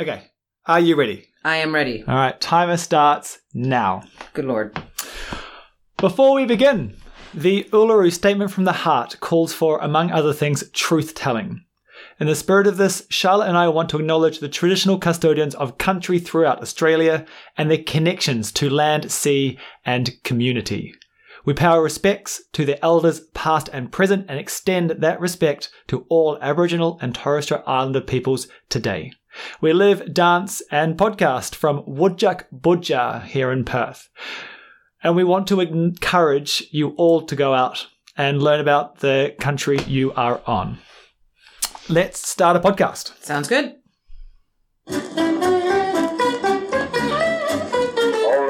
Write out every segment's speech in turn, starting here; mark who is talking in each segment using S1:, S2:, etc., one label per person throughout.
S1: Okay. Are you ready?
S2: I am ready.
S1: All right. Timer starts now.
S2: Good lord.
S1: Before we begin, the Uluru Statement from the Heart calls for, among other things, truth telling. In the spirit of this, Charlotte and I want to acknowledge the traditional custodians of country throughout Australia and their connections to land, sea, and community. We pay our respects to the elders past and present and extend that respect to all Aboriginal and Torres Strait Islander peoples today. We live, dance, and podcast from Woodjuck Budja here in Perth. And we want to encourage you all to go out and learn about the country you are on. Let's start a podcast.
S2: Sounds good.
S3: All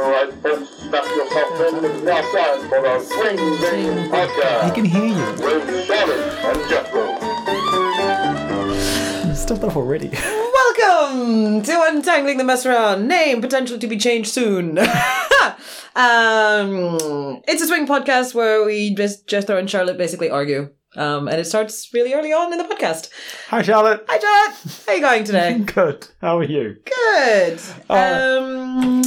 S3: right, folks, strap yourself in. It's now time for our Swing Game
S1: I
S3: Podcast
S1: can hear you.
S3: with Shannon and Jethro.
S1: Stop that already.
S2: Welcome to Untangling the Mess Around. Name potentially to be changed soon. um, it's a swing podcast where we just Jethro and Charlotte basically argue. Um, and it starts really early on in the podcast.
S1: Hi, Charlotte.
S2: Hi, Charlotte. How you going today?
S1: Good. How are you?
S2: Good.
S1: Uh,
S2: Um,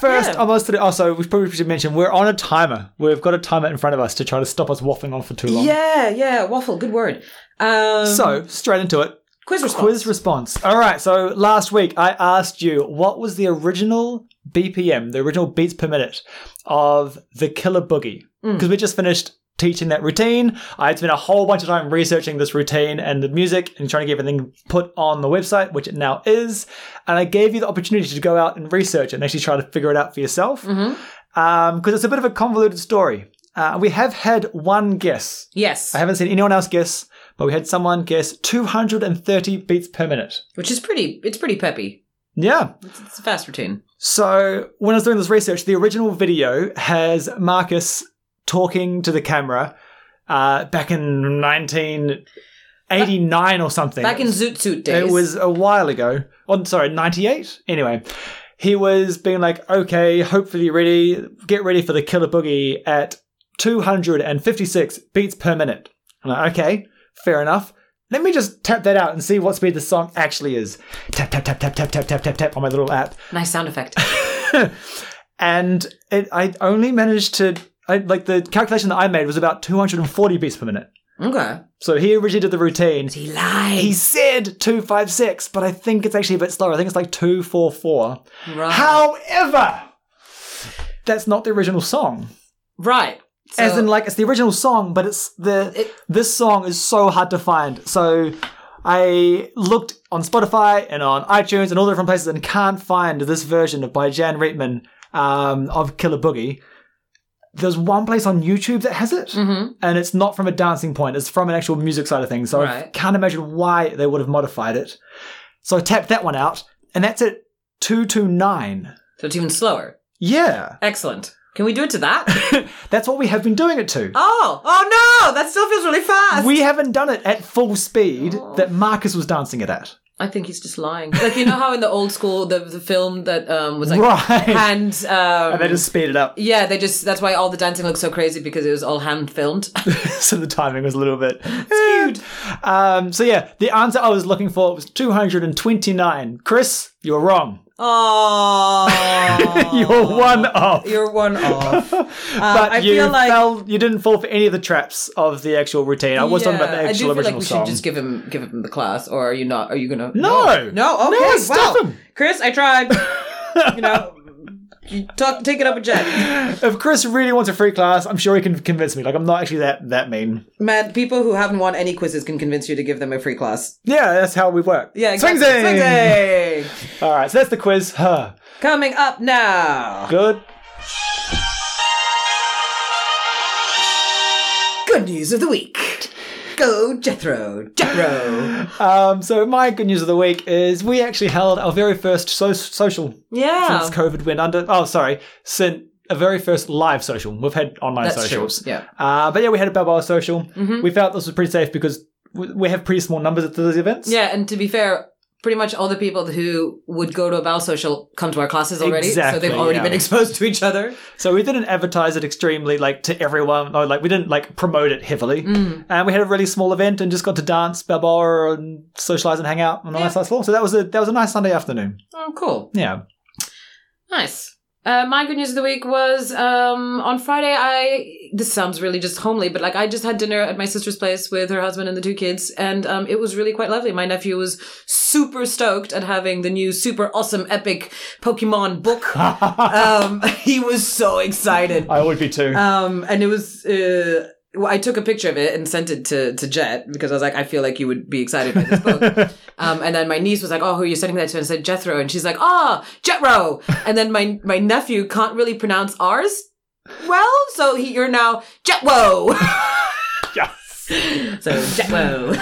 S1: First,
S2: Yeah.
S1: I must admit, also, we probably should mention we're on a timer. We've got a timer in front of us to try to stop us waffling on for too long.
S2: yeah, yeah. Waffle. Good word. Um,
S1: So, straight into it.
S2: quiz response.
S1: Quiz response. All right. So, last week I asked you what was the original BPM, the original beats per minute of the Killer Boogie?
S2: Mm.
S1: Because we just finished teaching that routine. I had spent a whole bunch of time researching this routine and the music and trying to get everything put on the website, which it now is. And I gave you the opportunity to go out and research it and actually try to figure it out for yourself.
S2: Mm-hmm.
S1: Because it's a bit of a convoluted story. Uh, we have had one guess
S2: yes,
S1: I haven't seen anyone else guess, but we had someone guess 230 beats per minute.
S2: which is pretty. It's pretty peppy.
S1: Yeah.
S2: It's, it's a fast routine.
S1: So when I was doing this research, the original video has Marcus talking to the camera uh, back in 1989 or something.
S2: Back in Zoot Suit
S1: It
S2: days.
S1: was a while ago. Oh, sorry, 98? Anyway, he was being like, okay, hopefully ready. Get ready for the killer boogie at 256 beats per minute. I'm like, okay, fair enough. Let me just tap that out and see what speed the song actually is. Tap, tap, tap, tap, tap, tap, tap, tap, tap on my little app.
S2: nice sound effect.
S1: and it, I only managed to, I, like, the calculation that I made was about 240 beats per minute.
S2: Okay.
S1: So he originally did the routine.
S2: He lied.
S1: He said 256, but I think it's actually a bit slower. I think it's like 244.
S2: right.
S1: However, that's not the original song.
S2: Right. So,
S1: As in, like, it's the original song, but it's the.
S2: It-
S1: this song is so hard to find. So I looked on Spotify and on iTunes and all the different places and can't find this version of by Jan Reitman um, of Killer Boogie. There's one place on YouTube that has it
S2: Mhm.
S1: and it's not from a dancing point. It's from an actual music side of things. So I
S2: Right.
S1: can't imagine why they would have modified it. So I tapped that one out, and that's at two two nine.
S2: So it's even slower.
S1: Yeah,
S2: Excellent. Can we do it to that?
S1: that's what we have been doing it to.
S2: oh, oh no! That still feels really fast.
S1: We haven't done it at full speed
S2: Oh.
S1: that Marcus was dancing it at.
S2: I think he's just lying. Like you know how in the old school, the the film that um was like
S1: right,
S2: hand. Um,
S1: and they just speed it up,
S2: yeah, they just. That's why all the dancing looks so crazy because it was all hand filmed.
S1: so the timing was a little bit skewed. Um, so yeah, the answer I was looking for was two hundred and twenty nine. Chris, you were wrong.
S2: Oh.
S1: You're one off.
S2: You're one off. Uh,
S1: but
S2: I
S1: you
S2: feel like
S1: fell, you didn't fall for any of the traps of the actual routine. I was talking about
S2: Yeah,
S1: the actual
S2: I do feel like
S1: original
S2: we
S1: song.
S2: should just give him give him the class, or are you not? Are you gonna?
S1: No.
S2: no, no?
S1: No,
S2: okay,
S1: stop
S2: wow.
S1: him.
S2: Chris, I tried. you know, you talk, take it up with Jack.
S1: if Chris really wants a free class, I'm sure he can convince me. Like I'm not actually that that mean.
S2: Man, people who haven't won any quizzes can convince you to give them a free class.
S1: Yeah, that's how we work.
S2: Yeah, exactly.
S1: Swing zing!
S2: Swing zing.
S1: All right, so that's the quiz. Huh.
S2: Coming up now.
S1: Good.
S2: Good news of the week. Go Jethro, Jethro.
S1: Um, so my good news of the week is we actually held our very first so- social
S2: Yeah,
S1: since COVID went under. Oh, sorry, since our very first live social. We've had online
S2: that's true.
S1: socials.
S2: Yeah, Mm-hmm.
S1: Uh, but yeah, we had a Balboa social. We felt this was pretty safe because we we have pretty small numbers at those events.
S2: yeah, and to be fair. pretty much all the people who would go to a bow social come to our classes already, so
S1: Exactly,
S2: they've already
S1: yeah.
S2: been exposed to each other.
S1: So we didn't advertise it extremely like to everyone, or like we didn't like promote it heavily.
S2: Mm.
S1: And we had a really small event and just got to dance, babor, and socialize and hang out on a nice nice floor. So that was a that was a nice Sunday afternoon.
S2: Oh, cool.
S1: Yeah.
S2: Nice. Uh, my good news of the week was um, on Friday. I this sounds really just homely, but like I just had dinner at my sister's place with her husband and the two kids, and um, it was really quite lovely. My nephew was super stoked at having the new super awesome epic Pokemon book. um, he was so excited.
S1: I would be too.
S2: Um, and it was. Uh, well, I took a picture of it and sent it to to Jet because I was like, I feel like you would be excited by this book. um, and then my niece was like, Oh, who are you sending that to? And I said Jethro, and she's like, Ah, Jetro. And then my my nephew can't really pronounce ours well, so he, you're now Jetwo.
S1: yes.
S2: so Jetwo.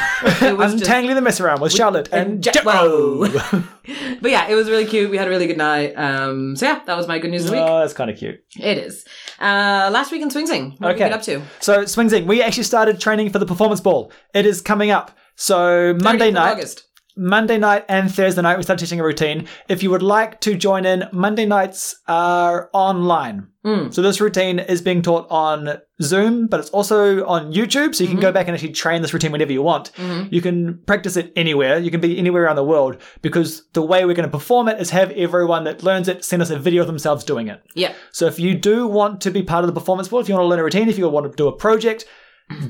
S2: it was just-
S1: Untangling the mess around with Charlotte and,
S2: and
S1: Jetro.
S2: Jetro. but yeah, it was really cute. We had a really good night. Um, so yeah, that was my good news of the week.
S1: Oh, that's kind of cute.
S2: It is. Uh, last week in Swing Sing. What did we
S1: Okay.
S2: get up to?
S1: So Swing Zing, we actually started training for the performance ball. It is coming up. So Monday
S2: 30th of
S1: night,
S2: August.
S1: Monday night and Thursday night, we start teaching a routine. If you would like to join in, Monday nights are online.
S2: Mm.
S1: So this routine is being taught on Zoom, but it's also on YouTube. So you can go back and actually train this routine whenever you want. You can practice it anywhere. You can be anywhere around the world because the way we're going to perform it is have everyone that learns it send us a video of themselves doing it.
S2: Yeah.
S1: So if you do want to be part of the performance board, if you want to learn a routine, if you want to do a project,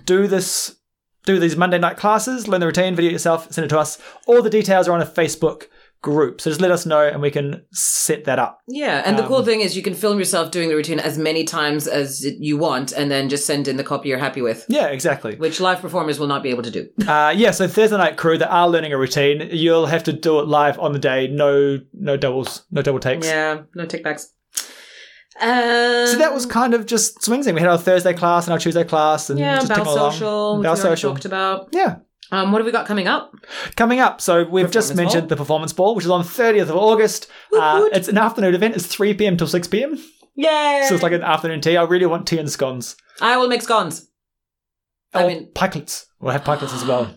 S1: do this, do these Monday night classes, learn the routine, video it yourself, send it to us. All the details are on a Facebook group. So just let us know and we can set that up.
S2: Yeah, and the cool
S1: Um,
S2: thing is you can film yourself doing the routine as many times as you want, and then just send in the copy you're happy with,
S1: Yeah, exactly.
S2: which live performers will not be able to do.
S1: Uh, yeah, so Thursday night crew that are learning a routine, you'll have to do it live on the day. No, no doubles, no double takes.
S2: yeah, no takebacks. Um,
S1: So that was kind of just swinging. We had our Thursday class and our Tuesday class, and
S2: yeah,
S1: just
S2: Bow
S1: ticking along.
S2: Social, which
S1: Bow
S2: we already
S1: social.
S2: talked about.
S1: Yeah.
S2: Um, what have we got coming up?
S1: Coming up, so we've just
S2: Performance
S1: mentioned
S2: Ball.
S1: the performance ball, which is on 30th of August. Uh, It's an afternoon event. It's 3 p.m. till 6 p.m.
S2: Yay!
S1: So it's like an afternoon tea. I really want tea and scones.
S2: I will make scones. I
S1: Or
S2: mean- Hmm.
S1: pikelets. We'll have pikelets as well.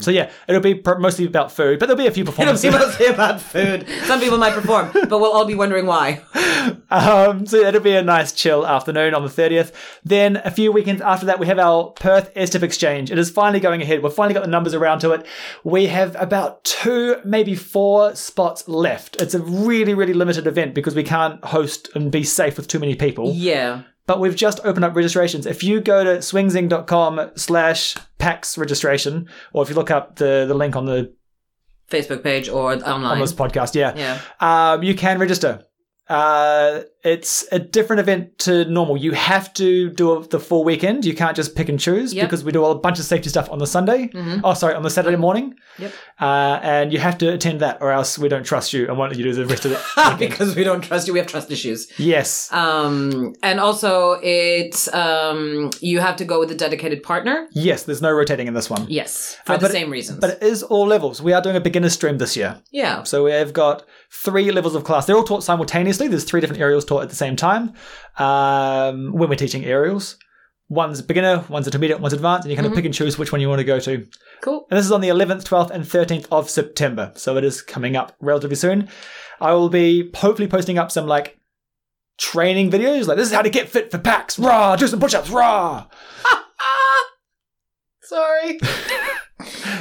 S1: So yeah, it'll be pr- mostly about food, but there'll be a few
S2: I don't
S1: performances.
S2: see mostly about food. Some people might perform, but we'll all be wondering why.
S1: Um, so it'll be a nice chill afternoon on the 30th. Then a few weekends after that, we have our Perth STIP exchange. It is finally going ahead. We've finally got the numbers around to it. We have about two, maybe four spots left. It's a really, really limited event because we can't host and be safe with too many people
S2: Yeah.
S1: but we've just opened up registrations. If you go to swingzing.com slash PAX registration, or if you look up the, the link on the
S2: Facebook page or online.
S1: on this podcast, yeah,
S2: Yeah.
S1: Um, you can register. Uh, it's a different event to normal. You have to do a, the full weekend. You can't just pick and choose
S2: Yep.
S1: because we do a bunch of safety stuff on the Sunday.
S2: Mhm.
S1: Oh, sorry, on the Saturday morning.
S2: Yep.
S1: Uh, and you have to attend that, or else we don't trust you and won't let you do the rest of it.
S2: because we don't trust you, we have trust issues.
S1: yes.
S2: Um, and also it's um, you have to go with a dedicated partner.
S1: Yes, there's no rotating in this one.
S2: Yes, for
S1: Uh,
S2: the
S1: but-
S2: same reasons.
S1: But it is all levels. We are doing a beginner stream this year.
S2: yeah,
S1: So we've got three levels of class. They're all taught simultaneously. There's three different aerials taught at the same time um, when we're teaching aerials. One's beginner, one's intermediate, one's advanced, and you kind of pick and choose which one you want to go to.
S2: cool.
S1: And this is on the 11th, 12th, and 13th of September. So it is coming up relatively soon. I will be hopefully posting up some like training videos, like this is how to get fit for packs, raw, do some push-ups, raw.
S2: Sorry,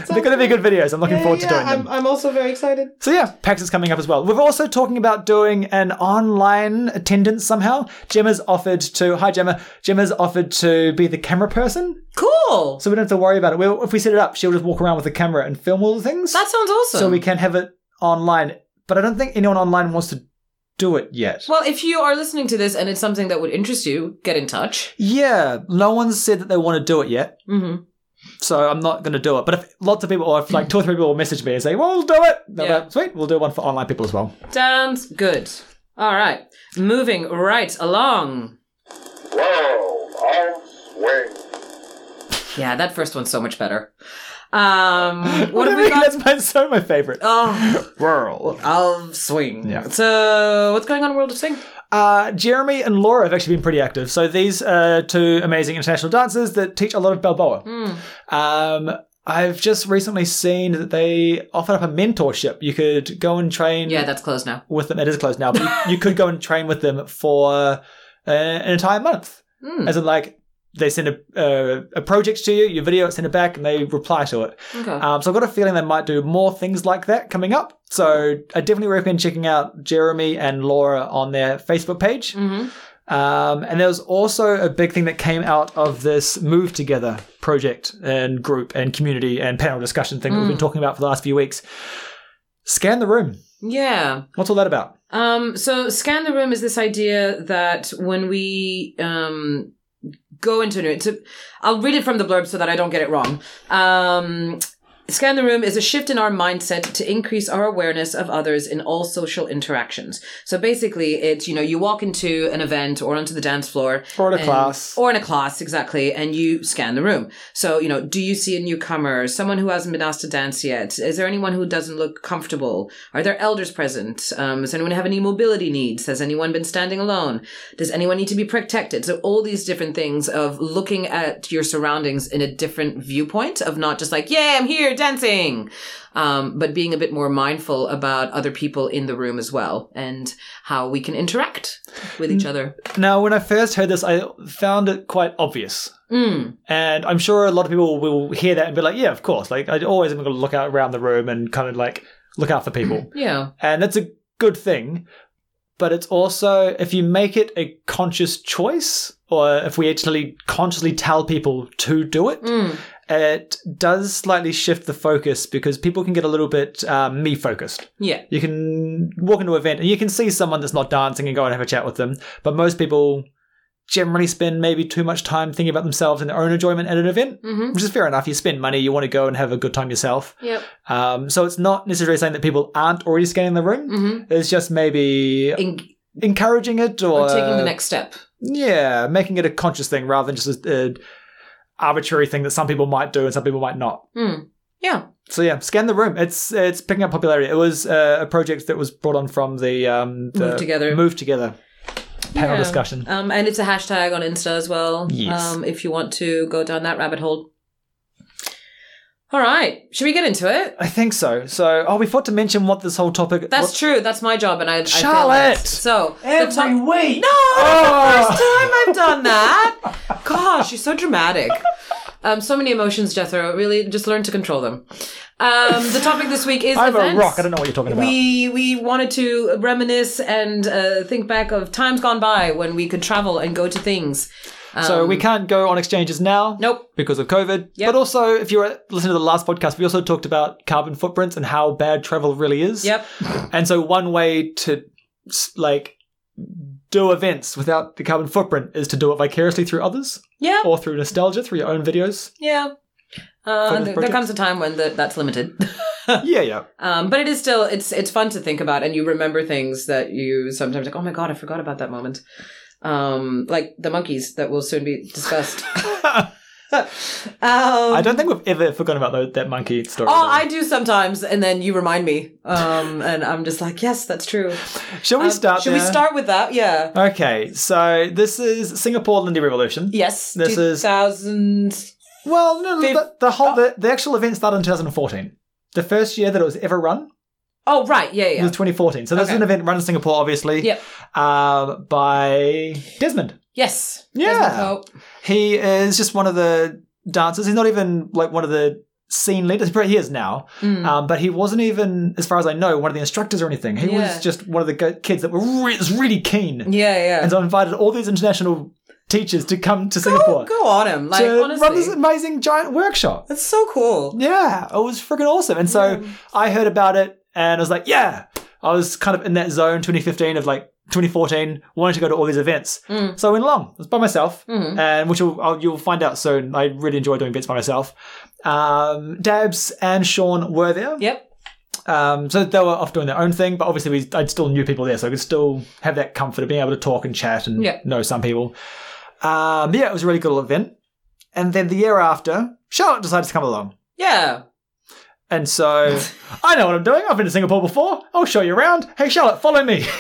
S1: They're going to be good videos. I'm looking forward to doing them.
S2: I'm also very excited.
S1: So yeah, PAX is coming up as well. We're also talking about doing an online attendance somehow. Gemma's offered to hi Gemma. Gemma's offered to be the camera person,
S2: Cool.
S1: so we don't have to worry about it. We'll, if we set it up, she'll just walk around with the camera and film all the things,
S2: That sounds awesome.
S1: so we can have it online. But I don't think anyone online wants to do it yet.
S2: well, if you are listening to this and it's something that would interest you, get in touch.
S1: Yeah, no one's said that they want to do it yet,
S2: Mm-hmm.
S1: so I'm not going to do it. But if lots of people, or if like two or three people, will message me and say, "Well, we'll do it," they'll
S2: Yeah.
S1: go, sweet, we'll do one for online people as well.
S2: Sounds good. All right, moving right along.
S3: World of Swing.
S2: Yeah, that first one's so much better. Um, what have
S1: Whatever,
S2: we got?
S1: that's my, so my favorite.
S2: Oh,
S1: World.
S2: I'll swing.
S1: Yeah.
S2: So, what's going on in World of Swing?
S1: Uh, Jeremy and Laura have actually been pretty active.
S2: Hmm.
S1: So these are two amazing international dancers that teach a lot of Balboa. Um, I've just recently seen that they offered up a mentorship. You could go and train
S2: Yeah, that's closed now.
S1: with them. It is closed now, but you, you could go and train with them for uh, an entire month.
S2: Hmm,
S1: As in, like, they send a, uh, a project to you, your video, send it back, and they reply to it.
S2: okay.
S1: Um, so I've got a feeling they might do more things like that coming up. So I definitely recommend checking out Jeremy and Laura on their Facebook page.
S2: hmm
S1: Um, and there was also a big thing that came out of this Move Together project and group and community and panel discussion thing that we've been
S2: Mm.
S1: talking about for the last few weeks. Scan the room.
S2: Yeah.
S1: What's all that about?
S2: Um, so scan the room is this idea that when we um, go into it, so I'll read it from the blurb so that I don't get it wrong. Um, scan the room is a shift in our mindset to increase our awareness of others in all social interactions. So basically, it's you know you walk into an event or onto the dance floor
S1: Or at a
S2: and-
S1: class.
S2: or in a class exactly and you scan the room so you know do you see a newcomer someone who hasn't been asked to dance yet is there anyone who doesn't look comfortable are there elders present um, does anyone have any mobility needs has anyone been standing alone does anyone need to be protected so all these different things of looking at your surroundings in a different viewpoint of not just like yeah i'm here dancing um, but being a bit more mindful about other people in the room as well and how we can interact with each other
S1: now, when I first heard this, I found it quite obvious.
S2: mm.
S1: And I'm sure a lot of people will hear that and be like, yeah, of course. Like, I always am going to look out around the room and kind of like look out for people.
S2: Yeah.
S1: and that's a good thing. But it's also if you make it a conscious choice, or if we actually consciously tell people to do it,
S2: Mm.
S1: it does slightly shift the focus because people can get a little bit um, me focused.
S2: Yeah.
S1: You can walk into an event and you can see someone that's not dancing and go and have a chat with them. But most people generally spend maybe too much time thinking about themselves and their own enjoyment at an event,
S2: Mm-hmm.
S1: which is fair enough. You spend money, you want to go and have a good time yourself.
S2: Yep.
S1: Um, so it's not necessarily saying that people aren't already scanning the room.
S2: Mm-hmm.
S1: It's just maybe
S2: In-
S1: encouraging it or,
S2: or taking the next step.
S1: yeah, making it a conscious thing rather than just an arbitrary thing that some people might do and some people might not.
S2: Mm.
S1: So yeah, scan the room. It's it's picking up popularity. It was uh, a project that was brought on from the, um, the
S2: Move Together.
S1: Move Together panel
S2: Yeah.
S1: discussion.
S2: Um, and it's a hashtag on Insta as well.
S1: Yes.
S2: Um, if you want to go down that rabbit hole. All right. Should we get into it?
S1: I think so. So oh, we forgot to mention what this whole topic.
S2: That's
S1: what-
S2: true. That's my job, and I. I failed
S1: Charlotte!
S2: that. so the
S4: Every
S2: top-
S4: week.
S2: no,
S1: Oh.
S2: first time I've done that. Gosh, you're so dramatic. Um, so many emotions, Jethro. Really, just learn to control them. Um, the topic this week is
S1: I'm
S2: events.
S1: a rock. I don't know what you're talking about.
S2: We we wanted to reminisce and uh, think back of times gone by when we could travel and go to things.
S1: so we can't go on exchanges now.
S2: Um, Nope.
S1: because of COVID. But also, if you were listening to the last podcast, we also talked about carbon footprints and how bad travel really is.
S2: Yep.
S1: And so, one way to s- like do events without the carbon footprint is to do it vicariously through others
S2: Yeah.
S1: or through nostalgia through your own videos.
S2: Yeah. Uh,
S1: Fun
S2: there, there
S1: project.
S2: comes a time when the, that's limited,
S1: yeah, yeah.
S2: um, but it is still it's it's fun to think about, and you remember things that you sometimes like. Oh my god, I forgot about that moment. Um, like the monkeys that will soon be discussed. um,
S1: I don't think we've ever forgotten about tho- that monkey story.
S2: Oh, I do sometimes, and then you remind me, um, and I'm just like, yes, that's true.
S1: Shall we
S2: Um,
S1: start?
S2: Should we
S1: there?
S2: start with that? Yeah.
S1: Okay, so this is Singapore Lindy Revolution.
S2: Yes.
S1: This is-
S2: 2000.
S1: Well, no,
S2: Fif- Oh.
S1: the, the whole the, the actual event started in 2014. The first year that it was ever run.
S2: Oh, right. Yeah,
S1: It
S2: yeah.
S1: was 2014. So this
S2: Okay.
S1: is an event run in Singapore, obviously.
S2: Yep.
S1: Um, by Desmond.
S2: Yes.
S1: Yeah.
S2: Desmond Pope.
S1: He is just one of the dancers. He's not even like one of the scene leaders. He is now,
S2: Mm.
S1: um, but he wasn't even, as far as I know, one of the instructors or anything. He
S2: Yeah.
S1: was just one of the go- kids that were re- was really keen,
S2: yeah, yeah.
S1: and so I invited all these international teachers to come to
S2: Go,
S1: Singapore
S2: go on him. Like,
S1: to run this
S2: honestly.
S1: amazing giant workshop.
S2: That's so cool.
S1: Yeah, it was freaking awesome. And so I heard about it and I was like, yeah, I was kind of in that zone 2015 of like 2014, wanting to go to all these events.
S2: Mm.
S1: So I went along. I was by myself,
S2: Mhm.
S1: and which will, I'll, you'll find out soon. I really enjoy doing events by myself. Um, Dabs and Sean were there.
S2: Yep.
S1: Um, so they were off doing their own thing, but obviously we, I still knew people there, so I could still have that comfort of being able to talk and chat and
S2: Yeah.
S1: know some people. Um, yeah, it was a really good event. And then the year after, Charlotte decided to come along.
S2: Yeah.
S1: And so I know what I'm doing. I've been to Singapore before. I'll show you around. Hey, Charlotte, follow me.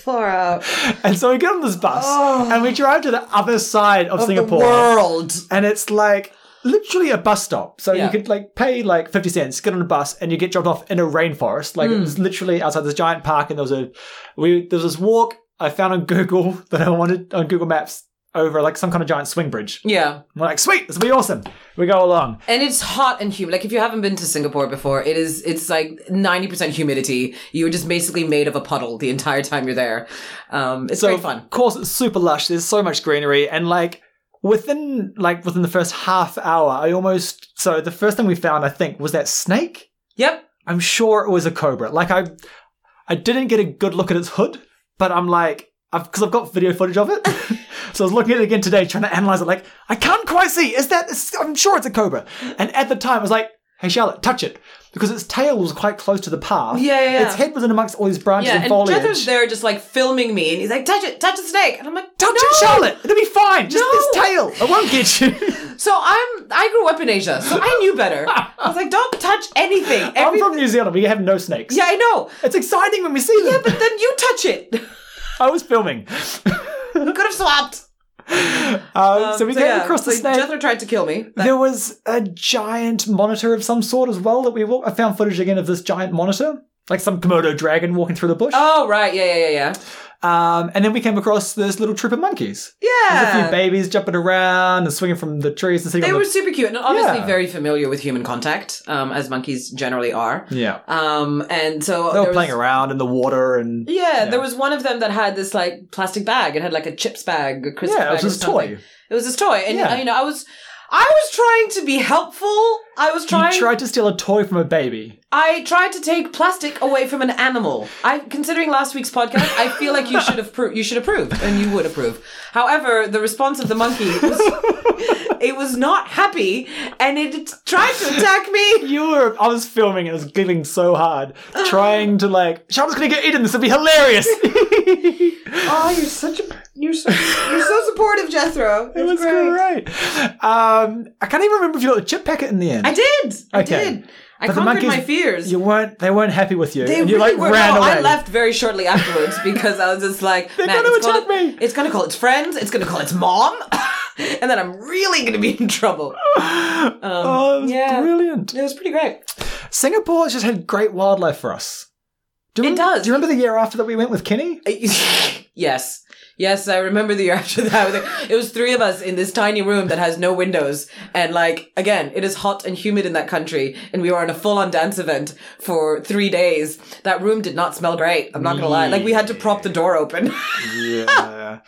S2: Far out.
S1: And so we get on this bus
S2: Oh.
S1: and we drive to the other side of,
S2: Of the
S1: Singapore.
S2: world.
S1: And it's like literally a bus stop. So
S2: Yeah.
S1: you could like pay like 50 cents, get on a bus, and you get dropped off in a rainforest. Like it was literally outside this giant park, and there was a we there was this walk I found on Google that I wanted on Google Maps over like some kind of giant swing bridge.
S2: Yeah.
S1: And we're like, sweet, this will be awesome. We go along.
S2: And it's hot and humid. Like if you haven't been to Singapore before, it is it's like 90% humidity. You're just basically made of a puddle the entire time you're there. Um it's
S1: So
S2: very fun.
S1: Of course it's super lush, there's so much greenery, and like within like within the first half hour, I almost so the first thing we found, I think, was that snake.
S2: Yep.
S1: I'm sure it was a cobra. Like I, I didn't get a good look at its hood, but I'm like, I've because I've got video footage of it. so I was looking at it again today, trying to analyze it. Like I can't quite see. Is that? is- I'm sure it's a cobra. And at the time, I was like, Hey Charlotte, touch it because its tail was quite close to the path.
S2: Yeah, yeah, yeah.
S1: Its head was in amongst all these branches
S2: Yeah,
S1: and
S2: and
S1: foliage.
S2: Jethro's there just like filming me and he's like, touch it, touch the snake. And I'm like,
S1: Touch
S2: no.
S1: it, Charlotte. It'll be fine. Just
S2: No.
S1: this tail. It won't get you.
S2: So I'm I grew up in Asia, so I knew better. I was like, don't touch anything.
S1: I'm
S2: Every-
S1: from New Zealand. We have no snakes.
S2: yeah, I know.
S1: It's exciting when we see them.
S2: Yeah, but then you touch it.
S1: I was filming.
S2: We could have swapped.
S1: Um, so we
S2: So
S1: came
S2: yeah,
S1: across the
S2: so
S1: snake.
S2: Jethro tried to kill me. That-
S1: there was a giant monitor of some sort as well that we wa- I found footage again of this giant monitor, like some Komodo dragon walking through the bush.
S2: oh right, yeah, yeah, yeah, yeah.
S1: Um, and then we came across this little troop of monkeys. There's
S2: Yeah.
S1: a few babies jumping around and swinging from the trees and sitting
S2: They
S1: on
S2: were
S1: the.
S2: super cute and obviously
S1: Yeah.
S2: very familiar with human contact, um, as monkeys generally are.
S1: yeah,
S2: Um, and
S1: they
S2: so
S1: were
S2: there was-
S1: playing around in the water and
S2: Yeah,
S1: Yeah.
S2: there was one of them that had this like plastic bag. It had like a chips bag, a crisp
S1: yeah, it
S2: bag
S1: was
S2: or
S1: just
S2: something.
S1: toy.
S2: It was his toy, and
S1: Yeah.
S2: uh, you know, I was, I was trying to be helpful. I was trying.
S1: You tried to steal a toy from a baby.
S2: I tried to take plastic away from an animal. I, considering last week's podcast, I feel like you should have pro- you should approve, and you would approve. However, the response of the monkey was, it was not happy, and it tried to attack me.
S1: You were. I was filming and I was giggling so hard, trying to like. Charlotte's gonna get eaten. This would be hilarious.
S2: Oh, you're such a you're so you're so supportive, Jethro.
S1: It was great. Um, I can't even remember if you got the chip packet in the end.
S2: I did. I
S1: Okay.
S2: did. I
S1: But the
S2: conquered
S1: monkeys-
S2: my fears.
S1: You weren't. They weren't happy with you.
S2: They
S1: and you
S2: really
S1: like
S2: were.
S1: ran
S2: no,
S1: away.
S2: I left very shortly afterwards because I was just like, "Man,
S1: gonna
S2: it's
S1: attack
S2: gonna,
S1: me."
S2: It's gonna call its friends. It's gonna call its mom, and then I'm really gonna be in trouble." Um,
S1: Oh, it was
S2: yeah,
S1: brilliant.
S2: it was pretty great.
S1: Singapore has just had great wildlife for us. Do you
S2: It
S1: remem-
S2: does.
S1: Do you remember the year after that we went with Kenny?
S2: yes, yes, I remember the year after that. It was three of us in this tiny room that has no windows, and like again, it is hot and humid in that country, and we were on a full-on dance event for three days. That room did not smell great. I'm not gonna lie. Like we had to prop the door open.
S1: Yeah.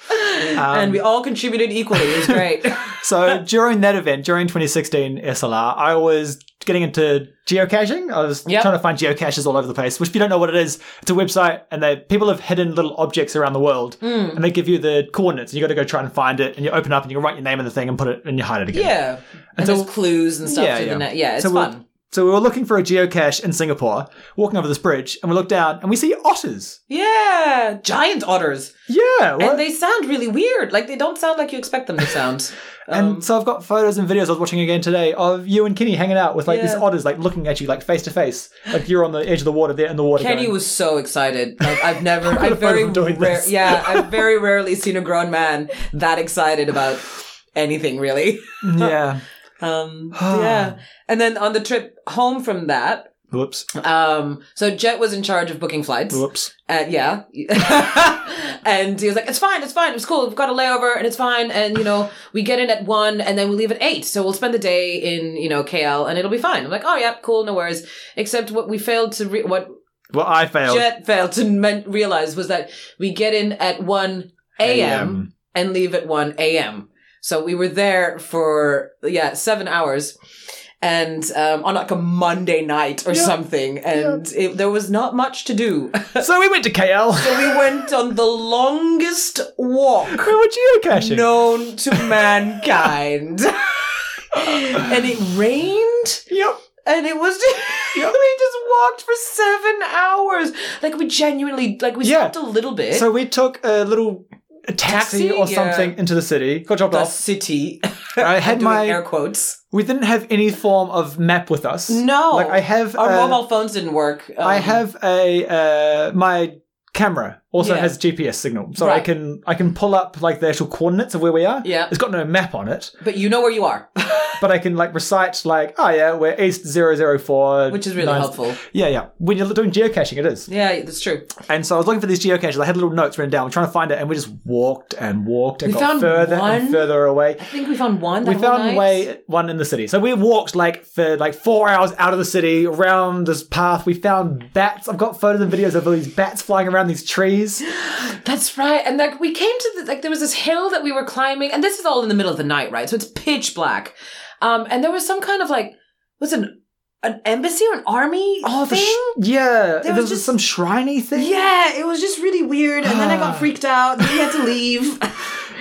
S1: Um,
S2: and we all contributed equally. It was great.
S1: so during that event, during 2016 SLR, I was getting into geocaching. I was
S2: Yep.
S1: trying to find geocaches all over the place, which if you don't know what it is, it's a website and they people have hidden little objects around the world
S2: Hmm.
S1: and they give you the coordinates and you got to go try and find it and you open up and you can write your name in the thing and put it and you hide it again.
S2: yeah. And
S1: so-
S2: there's clues and stuff
S1: Yeah,
S2: yeah, through
S1: yeah.
S2: the net. Yeah, it's
S1: So we'll-
S2: fun.
S1: So we were looking for a geocache in Singapore, walking over this bridge, and we look down and we see otters.
S2: Yeah. Giant otters.
S1: Yeah. what?
S2: And they sound really weird. Like they don't sound like you expect them to sound.
S1: And
S2: Um,
S1: so I've got photos and videos I was watching again today of you and Kenny hanging out with like these
S2: Yeah.
S1: otters, like looking at you, like face to face, like you're on the edge of the water, they're in the water.
S2: Kenny
S1: going,
S2: was so excited. Like I've never,
S1: gonna
S2: I've
S1: find
S2: very
S1: him doing
S2: rare,
S1: this.
S2: yeah, I've very rarely seen a grown man that excited about anything really.
S1: yeah.
S2: Um, yeah. And then on the trip home from that,
S1: Whoops.
S2: um, so Jet was in charge of booking flights.
S1: Whoops.
S2: Uh, yeah. and he was like, it's fine, it's fine, it's cool, we've got a layover and it's fine. And, you know, we get in at one and then we leave at eight. So we'll spend the day in, you know, KL and it'll be fine. I'm like, oh, yeah, cool, no worries. Except what we failed to, re- what
S1: Well, I failed.
S2: Jet failed to men- realize was that we get in at 1 a.m. and leave at 1 a.m. So we were there for, yeah, seven hours. And um, on like a Monday night or
S1: Yeah.
S2: something, and it, there was not much to do.
S1: So we went to KL.
S2: So we went on the longest walk
S1: we were geocaching.
S2: known to mankind. and it rained
S1: Yep.
S2: and it was we just walked for seven hours. Like we genuinely like we
S1: Yeah.
S2: stopped a little bit.
S1: So we took a little taxi,
S2: Taxi?
S1: or
S2: Yeah.
S1: something into the city, got dropped
S2: the
S1: off.
S2: city.
S1: I
S2: I'm
S1: had
S2: doing
S1: my-
S2: air quotes.
S1: We didn't have any form of map with us.
S2: No.
S1: Like I have
S2: Our
S1: a-
S2: um, mobile phones didn't work.
S1: I
S2: Um,
S1: have a uh, my camera Also
S2: Yeah.
S1: has GPS signal, so I
S2: Right.
S1: can I can pull up like the actual coordinates of where we are.
S2: Yeah.
S1: it's got no map on it,
S2: But you know where you are,
S1: but I can like recite like, oh yeah, we're east 004.
S2: which is really
S1: nine-
S2: helpful.
S1: Yeah, yeah. When you're doing geocaching, it is.
S2: Yeah, that's true.
S1: And so I was looking for these geocaches. I had little notes written down, trying to find it, and we just walked and walked and
S2: We
S1: got
S2: found
S1: further and
S2: one.
S1: further away.
S2: I think we found one. That
S1: We
S2: whole
S1: found
S2: night.
S1: way one in the city. So we walked like for like four hours out of the city around this path. We found bats. I've got photos and videos of all these bats flying around these trees.
S2: That's right. And like we came to the like there was this hill that we were climbing, and this is all in the middle of the night, right? So it's pitch black. Um, and there was some kind of like was it an an embassy or an army
S1: Oh, the
S2: thing?
S1: sh- yeah. There
S2: There
S1: was,
S2: was just-
S1: some shriney thing.
S2: yeah, it was just really weird, and then I got freaked out. and We had to leave.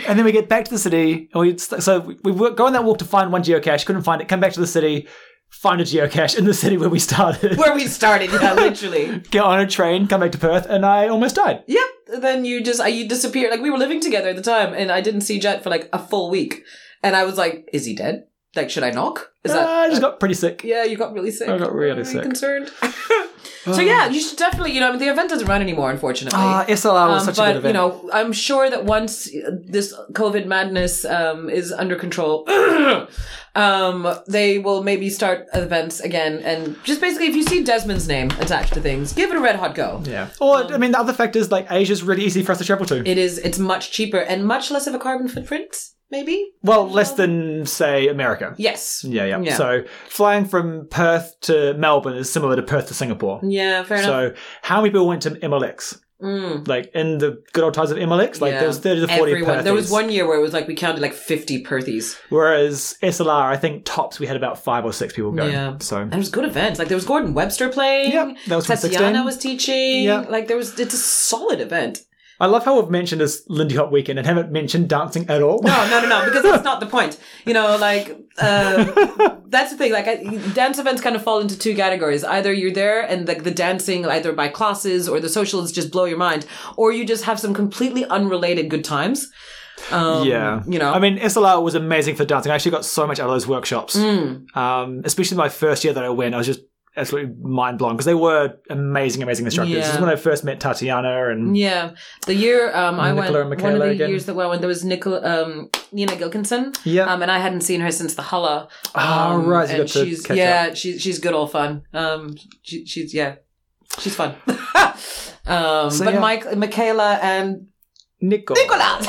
S1: And then we get back to the city, and we st- so we, we were- go on that walk to find one geocache. Couldn't find it. Come back to the city, find a geocache in the city where we started.
S2: Where we started, yeah, literally.
S1: get on a train, come back to Perth, and I almost died.
S2: Yep. Then you just uh, you disappeared. Like we were living together at the time, and I didn't see Jet for like a full week. And I was like, "Is he dead? Like, should I knock? Is
S1: Uh, I just got pretty sick.
S2: Yeah, you got really sick.
S1: I got really
S2: Are you
S1: sick.
S2: Concerned. so yeah, you should definitely. You know, I mean, the event doesn't run anymore, unfortunately.
S1: Ah, SLR was
S2: Um,
S1: such
S2: but
S1: a good event.
S2: you know, I'm sure that once uh, this COVID madness um, is under control, um, they will maybe start events again. And just basically, if you see Desmond's name attached to things, give it a red hot go.
S1: yeah. Or
S2: um,
S1: I mean, the other fact is like Asia's really easy for us to travel to.
S2: It is. It's much cheaper and much less of a carbon footprint. Maybe.
S1: well, less than say America.
S2: Yes.
S1: Yeah, yeah,
S2: Yeah.
S1: So flying from Perth to Melbourne is similar to Perth to Singapore.
S2: Yeah. Fair enough.
S1: So how many people went to MLX?
S2: Mm.
S1: Like in the good old times of MLX, like
S2: Yeah.
S1: there was thirty to forty.
S2: Everyone. There was
S1: Perthies.
S2: one year where it was like we counted like 50 Perthies.
S1: Whereas SLR, I think tops we had about five or six people going.
S2: Yeah.
S1: So
S2: And it was good events. Like there was Gordon Webster playing.
S1: Yep, that was from
S2: Tatiana
S1: 16.
S2: was teaching.
S1: Yep.
S2: Like there was. It's a solid event.
S1: I love how we've mentioned this Lindy Hop weekend and haven't mentioned dancing at all.
S2: No, no, no, no. Because that's not the point. You know, like uh, that's the thing. Like I, dance events kind of fall into two categories. Either you're there and like the dancing, either by classes or the socials, just blow your mind, or you just have some completely unrelated good times. Um,
S1: Yeah.
S2: You know.
S1: I mean, SLR was amazing for dancing. I actually got so much out of those workshops.
S2: Hmm.
S1: Um, especially my first year that I went, I was just absolutely mind blown because they were amazing, amazing instructors. This is
S2: Yeah.
S1: when I first met Tatiana and
S2: Yeah, the year um, I
S1: Nicola
S2: went,
S1: and
S2: one of
S1: Michaela
S2: the
S1: again.
S2: years that I went, there was Nicola, um, Nina Gilkinson.
S1: Yeah.
S2: um, and I hadn't seen her since the Hulla.
S1: Ah,
S2: Um,
S1: right, so you
S2: and
S1: got to
S2: she's
S1: catch
S2: yeah, she's she's good old fun. Um, she, she's yeah, she's fun. um,
S1: So,
S2: but
S1: yeah.
S2: Mike, Michaela, and
S1: Nico.
S2: Nicola.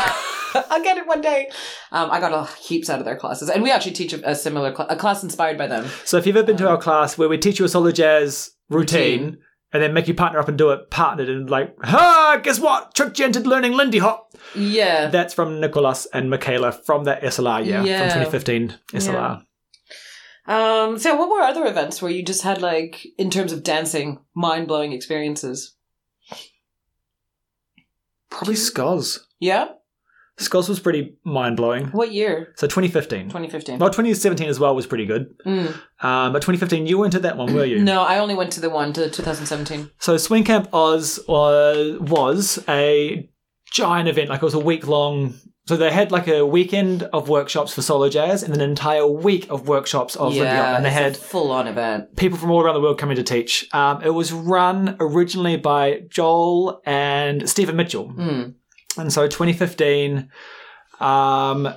S2: I'll get it one day. Um, I got a heaps out of their classes, and we actually teach a, a similar cl- a class inspired by them.
S1: So if you've ever been to our class where we teach you a solo jazz routine,
S2: Routine.
S1: and then make you partner up and do it partnered and like, ha, guess what? Tricked you into learning Lindy Hop.
S2: Yeah,
S1: That's from Nicholas and Michaela from that SLR year,
S2: Yeah.
S1: from 2015 SLR.
S2: Um, so what were other events where you just had like, in terms of dancing, mind blowing experiences?
S1: Probably Scoz.
S2: Yeah.
S1: Scoz was pretty mind blowing.
S2: What year?
S1: So 2015.
S2: 2015.
S1: Well, 2017 as well was pretty good.
S2: Mm.
S1: Um, but 2015, you weren't at that one, were you?
S2: No, I only went to the one to 2017.
S1: So Swing Camp Oz was, was a giant event. Like it was a week long. So they had like a weekend of workshops for solo jazz and an entire week of workshops of Lindy Hop. And they had
S2: full on event.
S1: people from all around the world coming to teach. Um, it was run originally by Joel and Stephen Mitchell.
S2: Mm.
S1: And so 2015, um,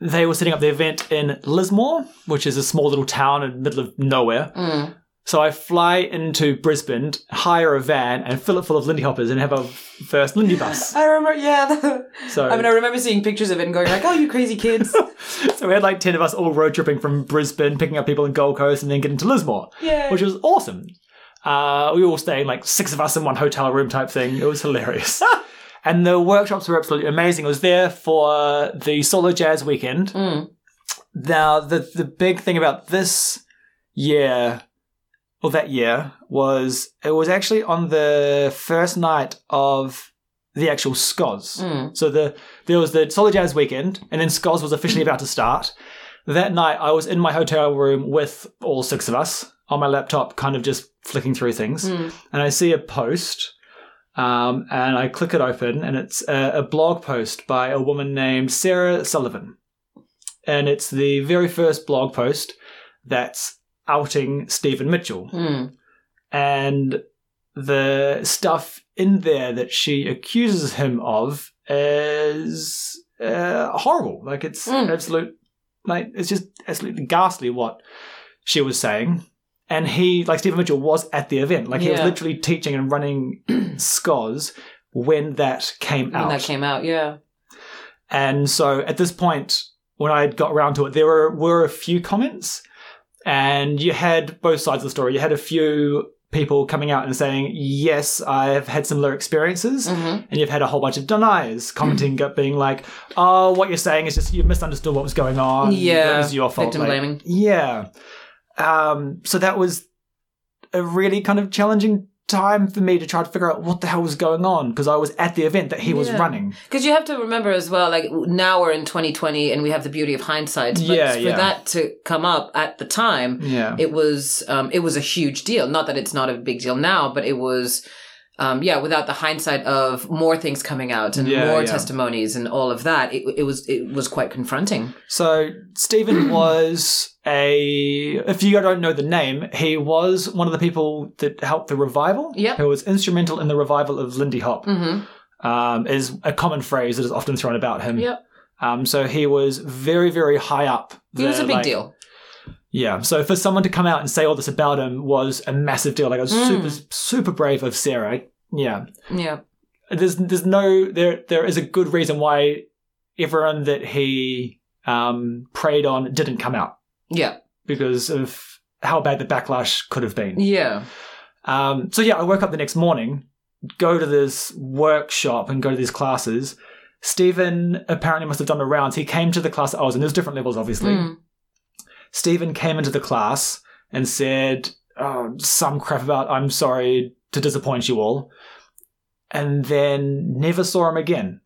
S1: they were setting up the event in Lismore, which is a small little town in the middle of nowhere.
S2: Mm.
S1: So I fly into Brisbane, hire a van, and fill it full of Lindy Hoppers and have our first Lindy bus.
S2: I remember, yeah.
S1: So,
S2: I mean, I remember seeing pictures of it and going like, "Oh, you crazy kids!"
S1: so we had like 10 of us all road tripping from Brisbane, picking up people in Gold Coast, and then getting to Lismore,
S2: yeah.
S1: which was awesome. Uh, we were all staying, like six of us in one hotel room type thing. It was hilarious. and the workshops were absolutely amazing. I was there for the solo jazz weekend.
S2: Mm.
S1: Now, the the big thing about this year, or that year, was it was actually on the first night of the actual SCOS.
S2: Mm.
S1: So the there was the Solid Jazz weekend, and then SCOS was officially about to start. That night, I was in my hotel room with all six of us on my laptop, kind of just flicking through things,
S2: Mm.
S1: and I see a post. Um, and I click it open, and it's a, a blog post by a woman named Sarah Sullivan and it's the very first blog post that's outing Stephen Mitchell.
S2: Mm.
S1: And the stuff in there that she accuses him of is uh, horrible. Like it's
S2: Mm.
S1: absolute, like it's just absolutely ghastly what she was saying. And he, like Stephen Mitchell, was at the event. Like he was
S2: Yeah.
S1: literally teaching and running SCOS when that came
S2: when
S1: out.
S2: that came out. Yeah.
S1: And so at this point, when I got around to it, there were, were a few comments, and you had both sides of the story. You had a few people coming out and saying, Yes, I've had similar experiences.
S2: Mm-hmm.
S1: And you've had a whole bunch of deniers commenting,
S2: Mm.
S1: being like, Oh, what you're saying is just you've misunderstood what was going on. It
S2: Yeah,
S1: was your fault.
S2: victim
S1: Like,
S2: blaming.
S1: Yeah. Um, so that was a really kind of challenging time for me to try to figure out what the hell was going on because I was at the event that he was
S2: Yeah.
S1: running.
S2: Because you have to remember as well, like now we're in 2020 and we have the beauty of hindsight. But
S1: Yeah,
S2: for
S1: yeah.
S2: that to come up at the time,
S1: Yeah.
S2: it was um, it was a huge deal. Not that it's not a big deal now, but it was. Um, yeah, without the hindsight of more things coming out and
S1: Yeah,
S2: more
S1: yeah.
S2: testimonies and all of that, it, it was it was quite confronting.
S1: So Stephen was a. If you don't know the name, he was one of the people that helped the revival.
S2: Yep.
S1: Who was instrumental in the revival of Lindy Hop.
S2: hmm
S1: Um, is a common phrase that is often thrown about him.
S2: Yep,
S1: Um, so he was very, very high up.
S2: it was
S1: the,
S2: a big
S1: like-
S2: deal.
S1: Yeah. So for someone to come out and say all this about him was a massive deal. Like it was
S2: Mm.
S1: super, super brave of Sarah. Yeah.
S2: Yeah,
S1: there's there's no there there is a good reason why everyone that he um preyed on didn't come out
S2: yeah,
S1: because of how bad the backlash could have been.
S2: yeah.
S1: Um so yeah, I woke up the next morning, go to this workshop and go to these classes. Stephen apparently must have done the rounds. He came to the class that I was in. There's different levels, obviously.
S2: Mm.
S1: Stephen came into the class and said oh, some crap about "I'm sorry to disappoint you all," and then never saw him again.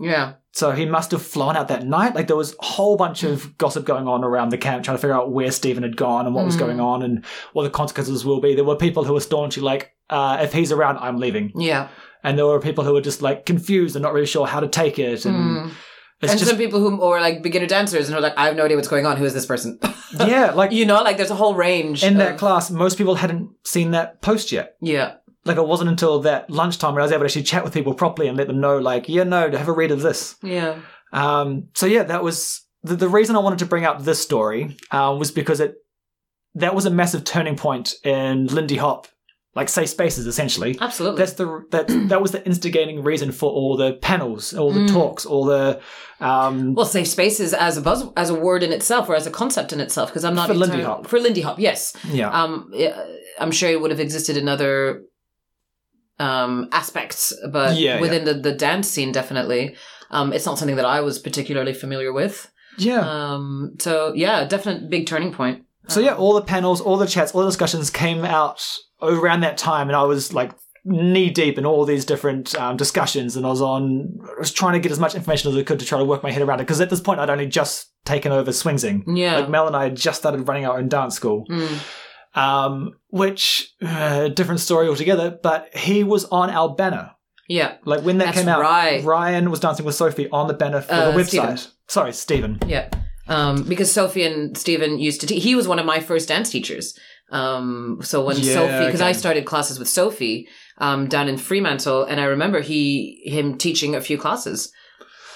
S2: Yeah,
S1: So he must have flown out that night. Like there was a whole bunch of gossip going on around the camp, trying to figure out where Stephen had gone and what was
S2: Mm.
S1: going on and what the consequences will be. There were people who were staunchly like, uh, "If he's around, I'm leaving,"
S2: yeah.
S1: and there were people who were just like confused and not really sure how to take it. And
S2: Mm.
S1: it's
S2: and
S1: just
S2: some people who are like beginner dancers and are like, I have no idea what's going on. Who is this person?
S1: yeah, like
S2: you know, like there's a whole range.
S1: in
S2: of-
S1: that class, most people hadn't seen that post yet.
S2: yeah,
S1: Like it wasn't until that lunchtime where I was able to actually chat with people properly and let them know, like, yeah, no, have a read of this.
S2: yeah,
S1: Um, so yeah, that was the, the reason I wanted to bring up this story uh, was because it that was a massive turning point in Lindy Hop, like safe spaces essentially.
S2: absolutely.
S1: That's the that that was the instigating reason for all the panels, all the
S2: Mm.
S1: talks, all the um,
S2: well, safe spaces as a buzz, as a word in itself, or as a concept in itself, because I'm not
S1: For Lindy
S2: entirely-
S1: Hop.
S2: For Lindy Hop, yes.
S1: yeah
S2: Um, yeah, I'm sure it would have existed in other um aspects, but
S1: Yeah, yeah.
S2: within the the dance scene, definitely. Um, it's not something that I was particularly familiar with.
S1: yeah.
S2: Um, so yeah, definite big turning point.
S1: So
S2: Um,
S1: yeah, all the panels, all the chats, all the discussions came out around that time, and I was like knee deep in all these different um, discussions, and I was on, I was trying to get as much information as I could to try to work my head around it because at this point I'd only just taken over swingsing.
S2: Mm, Yeah.
S1: Like Mel and I had just started running our own dance school,
S2: Mm.
S1: um, which uh, different story altogether. But he was on our banner,
S2: Yeah.
S1: like when that
S2: That's
S1: came out.
S2: right.
S1: Ryan was dancing with Sophie on the banner for
S2: Uh,
S1: the
S2: Stephen.
S1: website. Sorry, Stephen.
S2: Yeah. Um, because Sophie and Stephen used to, te- he was one of my first dance teachers. Um, so when
S1: Yeah,
S2: Sophie, because I
S1: okay.
S2: started classes with Sophie, um, down in Fremantle, and I remember he, him teaching a few classes.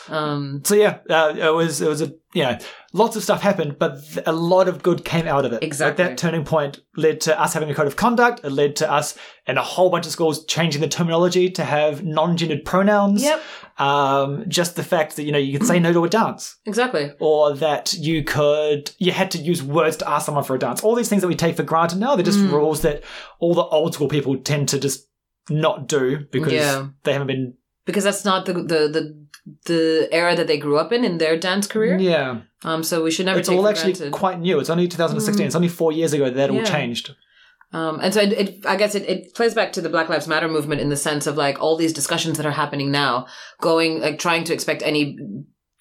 S2: Um,
S1: so yeah, uh, it was it was a you know lots of stuff happened, but th- a lot of good came out of it.
S2: Exactly.
S1: like that turning point led to us having a code of conduct. It led to us and a whole bunch of schools changing the terminology to have non-gendered pronouns.
S2: yep,
S1: Um, just the fact that you know you could say no to a dance,
S2: exactly.
S1: or that you could you had to use words to ask someone for a dance. All these things that we take for granted now, they're just
S2: Mm.
S1: rules that all the old school people tend to just not do because
S2: Yeah.
S1: they haven't been.
S2: Because that's not the, the, the, the era that they grew up in, in their dance career.
S1: Yeah.
S2: Um, so we should never
S1: it's
S2: take
S1: all
S2: for
S1: actually
S2: granted. Hmm.
S1: quite new. It's only 2016. It's only four years ago that it all
S2: Yeah.
S1: changed.
S2: Um, and so it, it, I guess it, it plays back to the Black Lives Matter movement in the sense of like all these discussions that are happening now, going like trying to expect any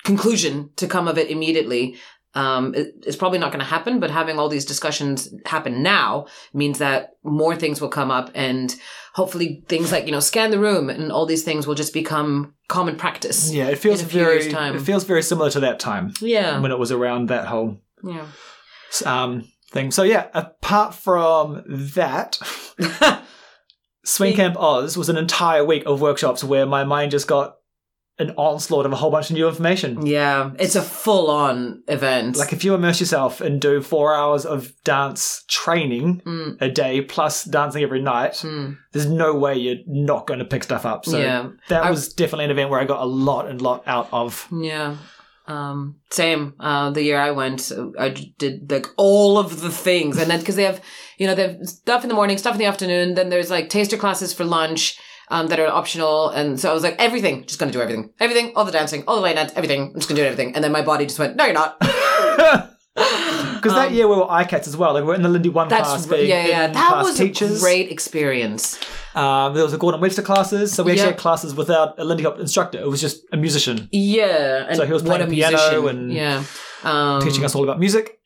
S2: conclusion to come of it immediately. Um, it- it's probably not going to happen, but having all these discussions happen now means that more things will come up and hopefully things like, you know, scan the room and all these things will just become common practice.
S1: Yeah, it feels
S2: In a few
S1: very.
S2: years' time.
S1: It feels very similar to that time
S2: Yeah.
S1: when it was around that whole
S2: Yeah.
S1: um, thing. So yeah, apart from that, Swing Camp Oz was an entire week of workshops where my mind just got an onslaught of a whole bunch of new
S2: Hmm.
S1: information.
S2: Yeah, it's a full on event.
S1: Like if you immerse yourself and do four hours of dance training
S2: Mm,
S1: a day plus dancing every night,
S2: mm.
S1: there's no way you're not going to pick stuff up. So
S2: yeah,
S1: that
S2: I-
S1: was definitely an event where I got a lot and lot out of.
S2: yeah. Um, same. Uh, the year I went, I j- did like all of the things, and then because they have, you know, they have stuff in the morning, stuff in the afternoon. Then there's like taster classes for lunch. Um, that are optional, and so I was like, everything, just gonna do everything, everything, all the dancing, all the way dance, everything, I'm just gonna do everything, and then my body just went, no, you're not.
S1: Because that
S2: Um,
S1: year we were ICATs as well. Like we were in the Lindy One class,
S2: That's r-
S1: being
S2: yeah, yeah.
S1: in
S2: That
S1: class
S2: was
S1: teachers.
S2: a great experience.
S1: Um, there was the Gordon Webster classes, so we actually
S2: Yeah.
S1: had classes without a Lindy Hop instructor. It was just a musician
S2: Yeah, and
S1: So he was
S2: what
S1: playing
S2: a
S1: piano
S2: musician.
S1: and
S2: yeah, um,
S1: teaching us all about music.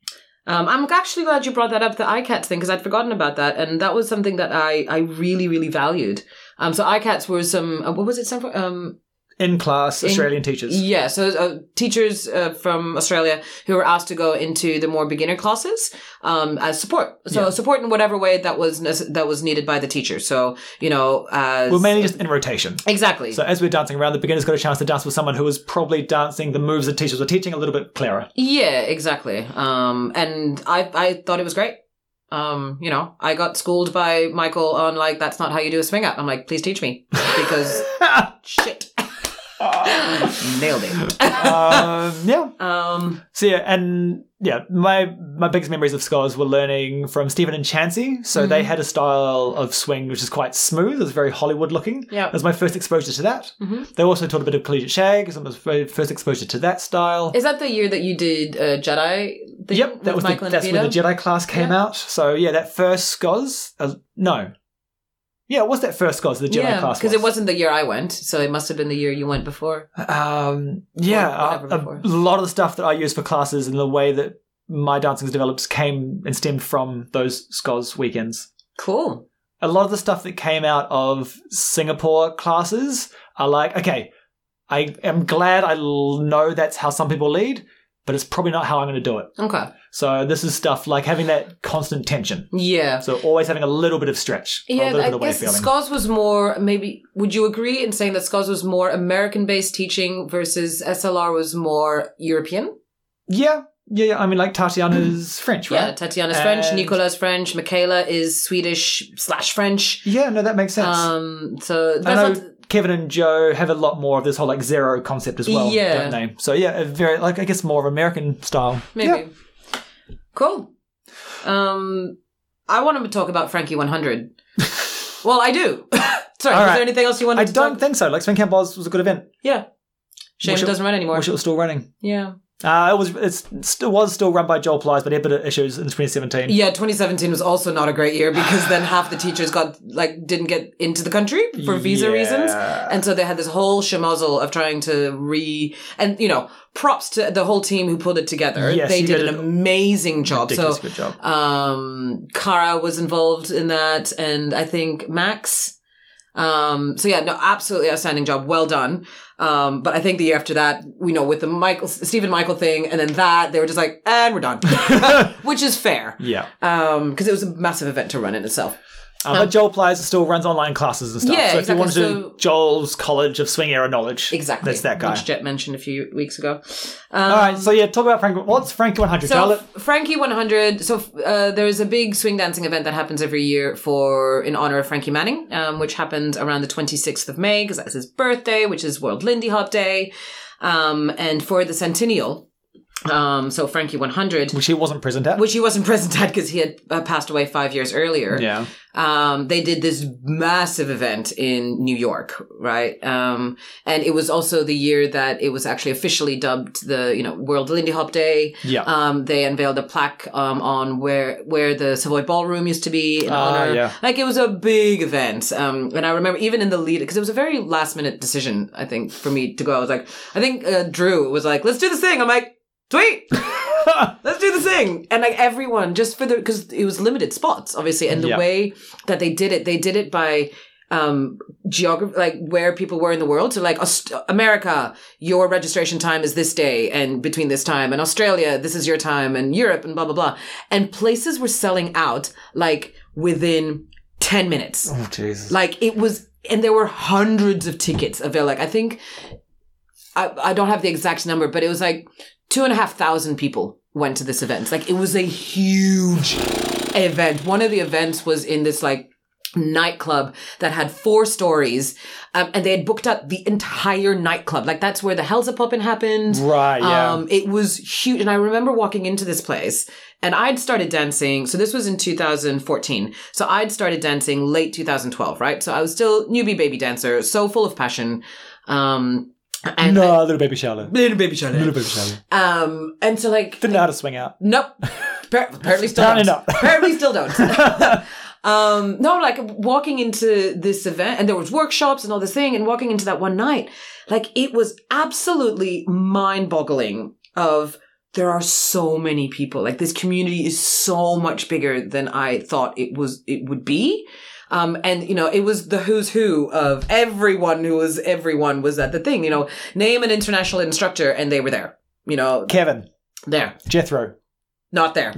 S2: Um, I'm actually glad you brought that up, the iCats thing, because I'd forgotten about that, and that was something that I I really really valued. Um, so iCats were some uh, what was it? Some um,
S1: in class
S2: In-
S1: Australian teachers.
S2: yeah, so uh, teachers uh, from Australia who were asked to go into the more beginner classes um, as support. So
S1: Yeah.
S2: support in whatever way that was nece- that was needed by the teacher. So you know, as
S1: We're mainly just in rotation.
S2: exactly
S1: So as we're dancing around, the beginners got a chance to dance with someone who was probably dancing the moves the teachers were teaching a little bit clearer.
S2: Yeah, exactly. Um, and I, I thought it was great. Um, you know, I got schooled by Michael on like, that's not how you do a swing out. I'm like, please teach me because shit. Nailed it.
S1: um, yeah.
S2: um,
S1: So yeah, and yeah, my my biggest memories of scores were learning from Stephen and Chansey. So they
S2: Mm-hmm.
S1: had a style of swing which is quite smooth. It was very Hollywood looking.
S2: Yeah.
S1: That was my first exposure to that.
S2: Mhm.
S1: They also taught a bit of collegiate shag. So it was my first exposure to that style.
S2: is that the year that you did uh, Jedi? thing
S1: Yep, that
S2: with
S1: was the,
S2: Michael and
S1: that's when the
S2: Vito?
S1: Jedi class came
S2: Yeah.
S1: out. So yeah, that first Scoz, uh, no, yeah, it was that first Scoz the Jedi
S2: yeah,
S1: class
S2: because it wasn't the year I went, so it must have been the year you went before.
S1: Um, yeah,
S2: Or whatever
S1: a-
S2: before.
S1: a, lot of the stuff that I use for classes and the way that my dancing has developed came and stemmed from those Scoz weekends.
S2: Cool.
S1: A lot of the stuff that came out of Singapore classes are like, okay, I am glad I l- know that's how some people lead, but it's probably not how I'm going to do it.
S2: Okay.
S1: So this is stuff like having that constant tension.
S2: Yeah.
S1: So always having a little bit of stretch, or a
S2: Yeah,
S1: little bit
S2: I
S1: of way
S2: guess
S1: feeling.
S2: Scots was more maybe. Would you agree in saying that Scots was more American-based teaching versus SLR was more European?
S1: yeah, yeah, yeah. I mean, like Tatiana's French,
S2: Yeah,
S1: right?
S2: Tatiana's
S1: And-
S2: French, Nicola's French, Michaela is Swedish slash French.
S1: Yeah, no, that makes sense.
S2: Um, so
S1: I
S2: that's
S1: know
S2: not,
S1: Kevin and Joe have a lot more of this whole like zero concept as well,
S2: Yeah.
S1: don't they? So yeah, a very like I guess more of American style.
S2: maybe cool. Um, I want to talk about Frankie 100. well, I do. Sorry,
S1: All
S2: is
S1: right.
S2: there anything else you wanted
S1: I
S2: to
S1: don't
S2: talk?
S1: think so. Like Swing Camp Oz was a good event.
S2: yeah, shame
S1: Wish
S2: it
S1: it-
S2: doesn't run
S1: I
S2: anymore.
S1: wish it was still running.
S2: yeah,
S1: Uh, it was. It's still was still run by Joel Plies, but he had a bit of issues in 2017.
S2: Yeah, 2017 was also not a great year because then half the teachers got like didn't get into the country for visa
S1: Yeah.
S2: reasons, and so they had this whole shemozzle of trying to re and you know props to the whole team who pulled it together.
S1: Yes,
S2: they
S1: you
S2: did
S1: did
S2: an
S1: an
S2: amazing job.
S1: Ridiculous
S2: So
S1: good job.
S2: um Kara was involved in that, and I think Max. Um, so yeah, no, absolutely outstanding job. Well done. Um, but I think the year after that, we know with the Michael, Stephen Michael thing and then that, they were just like, and we're done, which is fair
S1: yeah,
S2: um because it was a massive event to run in itself
S1: Uh, but Joel Plies still runs online classes and stuff.
S2: um, Yeah,
S1: so if
S2: exactly.
S1: you want to do
S2: So-
S1: Joel's College of Swing Era Knowledge,
S2: exactly
S1: that's that guy.
S2: which jet mentioned a few weeks ago um,
S1: All right, so yeah, talk about Frank. What's Frankie 100?
S2: so
S1: Charlotte?
S2: F- frankie 100 so f- uh, there is a big swing dancing event that happens every year for in honor of frankie manning um, which happened around the 26th of may because that's his birthday which is world lindy hop day um, and for the centennial um, so frankie 100
S1: which he wasn't present at.
S2: which he wasn't present at because he had uh, passed away five years earlier
S1: yeah,
S2: um, they did this massive event in New York, right? Um, and it was also the year that it was actually officially dubbed the, you know, World Lindy Hop Day.
S1: yeah.
S2: Um, they unveiled a plaque um, on where where the Savoy Ballroom used to be in
S1: Ah,
S2: honor.
S1: yeah.
S2: Like it was a big event, um, and I remember even in the lead because it was a very last minute decision. I think for me to go, I was like, I think uh, Drew was like, "Let's do this thing." I'm like, "Sweet."
S1: Oh,
S2: let's do the thing and like everyone just for the because it was limited spots obviously and the
S1: Yeah.
S2: way that they did it they did it by um geography like where people were in the world so like Aust- america your registration time is this day and between this time and australia this is your time and europe and blah blah blah and places were selling out like within 10 minutes.
S1: Oh, Jesus.
S2: Like it was, and there were hundreds of tickets available. Like I think, I, I don't have the exact number, but it was like two and a half thousand people went to this event. Like it was a huge event. One of the events was in this like nightclub that had four stories, um, and they had booked up the entire nightclub. Like that's where the Hell's a Poppin' happened.
S1: right, yeah.
S2: Um, it was huge. And I remember walking into this place and I'd started dancing. So this was in 2014. So I'd started dancing late 2012, right? So I was still newbie baby dancer, so full of passion. Um, and
S1: no, little baby Charlotte.
S2: little baby Charlotte.
S1: Little baby Charlotte.
S2: Um, and so like,
S1: Didn't know how to swing out.
S2: nope. Appar- Apparently still
S1: Apparently
S2: don't.
S1: not.
S2: Apparently still don't. um, no, like walking into this event and there was workshops and all this thing and walking into that one night, like it was absolutely mind boggling of there are so many people. Like this community is so much bigger than I thought it was, it would be. Um, and you know, it was the who's who of everyone who was everyone was at the thing, you know, name an international instructor and they were there, you know,
S1: Kevin,
S2: there,
S1: Jethro.
S2: not there.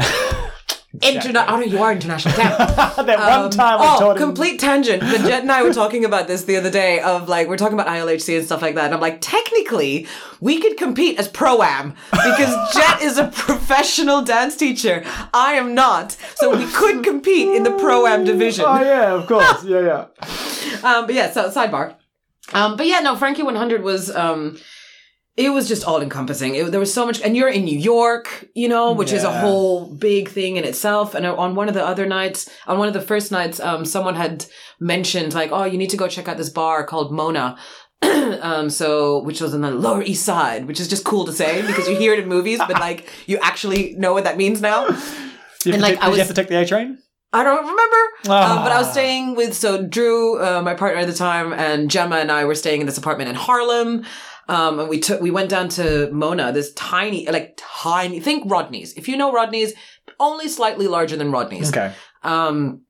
S2: Interna- oh, no, you are international. Damn.
S1: that one time we
S2: oh,
S1: told him.
S2: complete tangent. But Jet and I were talking about this the other day of like, we're talking about ILHC and stuff like that. And I'm like, technically, we could compete as pro am because Jet is a professional dance teacher. I am not. So we could compete in the pro am division.
S1: Oh, yeah, of course. yeah, yeah.
S2: Um, but yeah, so sidebar. Um, but yeah, no, Frankie 100 was, um, it was just all encompassing. It, there was so much, and you're in New York, you know, which is a
S1: Yeah.
S2: whole big thing in itself. And on one of the other nights, on one of the first nights, um, someone had mentioned like, oh, you need to go check out this bar called Mona. um, so, which was on the Lower East Side, which is just cool to say because you hear it in movies, but like you actually know what that means now.
S1: Did you,
S2: And,
S1: have to
S2: like,
S1: take-
S2: I
S1: did
S2: was-
S1: you have to take the A train?
S2: I don't remember.
S1: Ah.
S2: Um, but I was staying with, so Drew, uh, my partner at the time, and Gemma and I were staying in this apartment in Harlem. Um, and we took, we went down to Mona, this tiny, like tiny, think Rodney's. If you know Rodney's, only slightly larger than Rodney's.
S1: Okay.
S2: Um,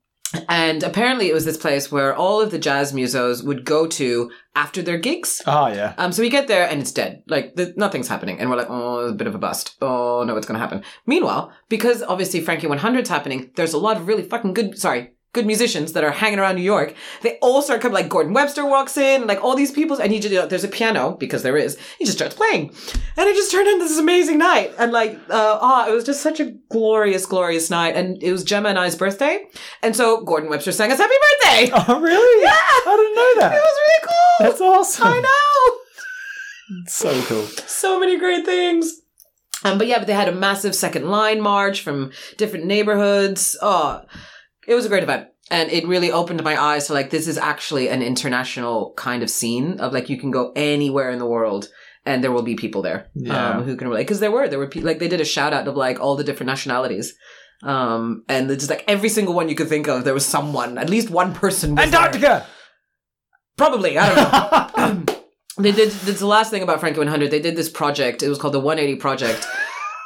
S2: and apparently it was this place where all of the jazz musos would go to after their gigs.
S1: Oh, yeah.
S2: Um, so we get there and it's dead. Like the, nothing's happening, and we're like, oh, it's a bit of a bust. Oh no, what's going to happen? Meanwhile, because obviously Frankie 100's happening, there's a lot of really fucking good. Sorry. Good musicians that are hanging around New York, they all start coming. Like Gordon Webster walks in, like all these people, and he just you know, there's a piano because there is. He just starts playing, and it just turned into this amazing night. And like, uh, ah, it was just such a glorious, glorious night. And it was Gemma and I's birthday, and so Gordon Webster sang us "Happy Birthday."
S1: Oh, really?
S2: Yeah,
S1: I didn't know
S2: It
S1: that.
S2: was really cool.
S1: That's awesome.
S2: I know.
S1: So cool.
S2: so many great things. Um, but yeah, but they had a massive second line march from different neighborhoods. Oh, it was a great event. And it really opened my eyes to like, this is actually an international kind of scene of like, you can go anywhere in the world and there will be people there
S1: Yeah.
S2: um, who can relate. Cause there were, there were people, like, they did a shout out of like all the different nationalities. Um, and it's just like every single one you could think of, there was someone, at least one person. Was there.
S1: Antarctica!
S2: Probably. I don't know they did that's the last thing about Frankie 100 they did this project it was called the 180 project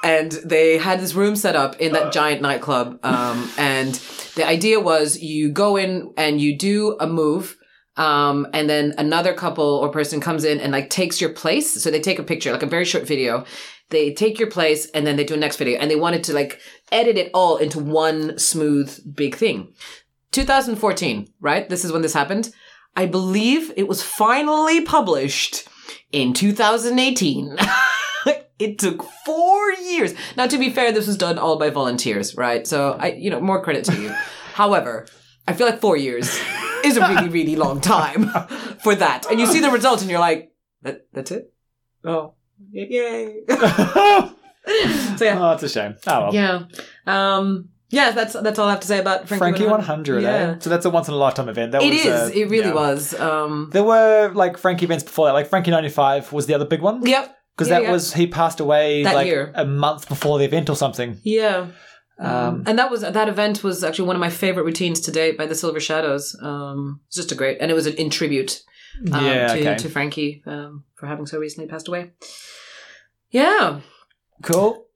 S2: and they had this room set up in that giant nightclub um, and the idea was you go in and you do a move um, and then another couple or person comes in and like takes your place so they take a picture like a very short video they take your place and then they do a next video and they wanted to like edit it all into one smooth big thing 2014 right this is when this happened i believe it was finally published in 2018 it took four years now to be fair this was done all by volunteers right so i you know more credit to you however i feel like four years is a really really long time for that and you see the result and you're like that, that's it oh yay
S1: oh,
S2: so yeah
S1: it's a shame. Oh, well.
S2: yeah. Um, yeah, that's that's all I have to say about Frankie,
S1: Frankie 100, eh?
S2: Yeah.
S1: So that's a once in a lifetime event. That
S2: It
S1: was,
S2: is.
S1: uh,
S2: it really
S1: yeah.
S2: was. Um,
S1: There were like Frankie events before that. Like Frankie 95 was the other big one.
S2: yep.
S1: Because
S2: Yeah,
S1: that
S2: yeah.
S1: was, he passed away
S2: That
S1: like
S2: year.
S1: a month before the event or something.
S2: Yeah.
S1: Um,
S2: and that was that event was actually one of my favorite routines to date by the Silver Shadows. Um, it's just a great, and it was an, in tribute um,
S1: yeah,
S2: to,
S1: okay.
S2: to Frankie um, for having so recently passed away. Yeah,
S1: Cool.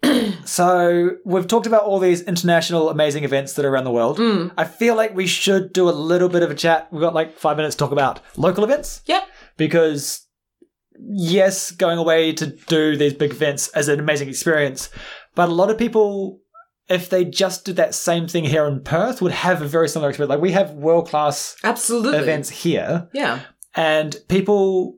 S1: so we've talked about all these international amazing events that are around the world.
S2: Mm.
S1: I feel like we should do a little bit of a chat. We've got like five minutes to talk about local events.
S2: Yep.
S1: Because yes, going away to do these big events is an amazing experience, but a lot of people if they just did that same thing here in Perth, would have a very similar experience. Like we have world class
S2: Absolutely.
S1: events here,
S2: Yeah.
S1: and people,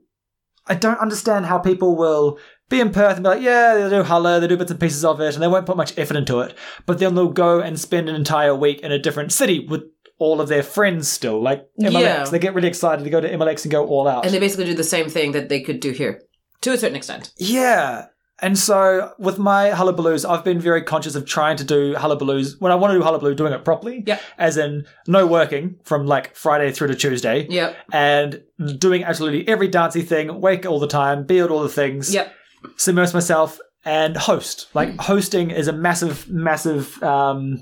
S1: I don't understand how people will be in Perth and be like, yeah, they do Hulla, they do bits and pieces of it, and they won't put much effort into it. But then they'll go and spend an entire week in a different city with all of their friends still, like MLX.
S2: Yeah.
S1: They get really excited to go to MLX and go all out.
S2: And they basically do the same thing that they could do here to a certain extent.
S1: Yeah. And so with my hullabaloos, I've been very conscious of trying to do hullabaloos when I want to do hullabaloo, doing it properly.
S2: Yeah.
S1: As in no working from like Friday through to Tuesday.
S2: Yep.
S1: And doing absolutely every dancey thing, wake all the time, build all the things,
S2: Yep. Hmm.
S1: submerse myself and host. Like hosting is a massive, massive um,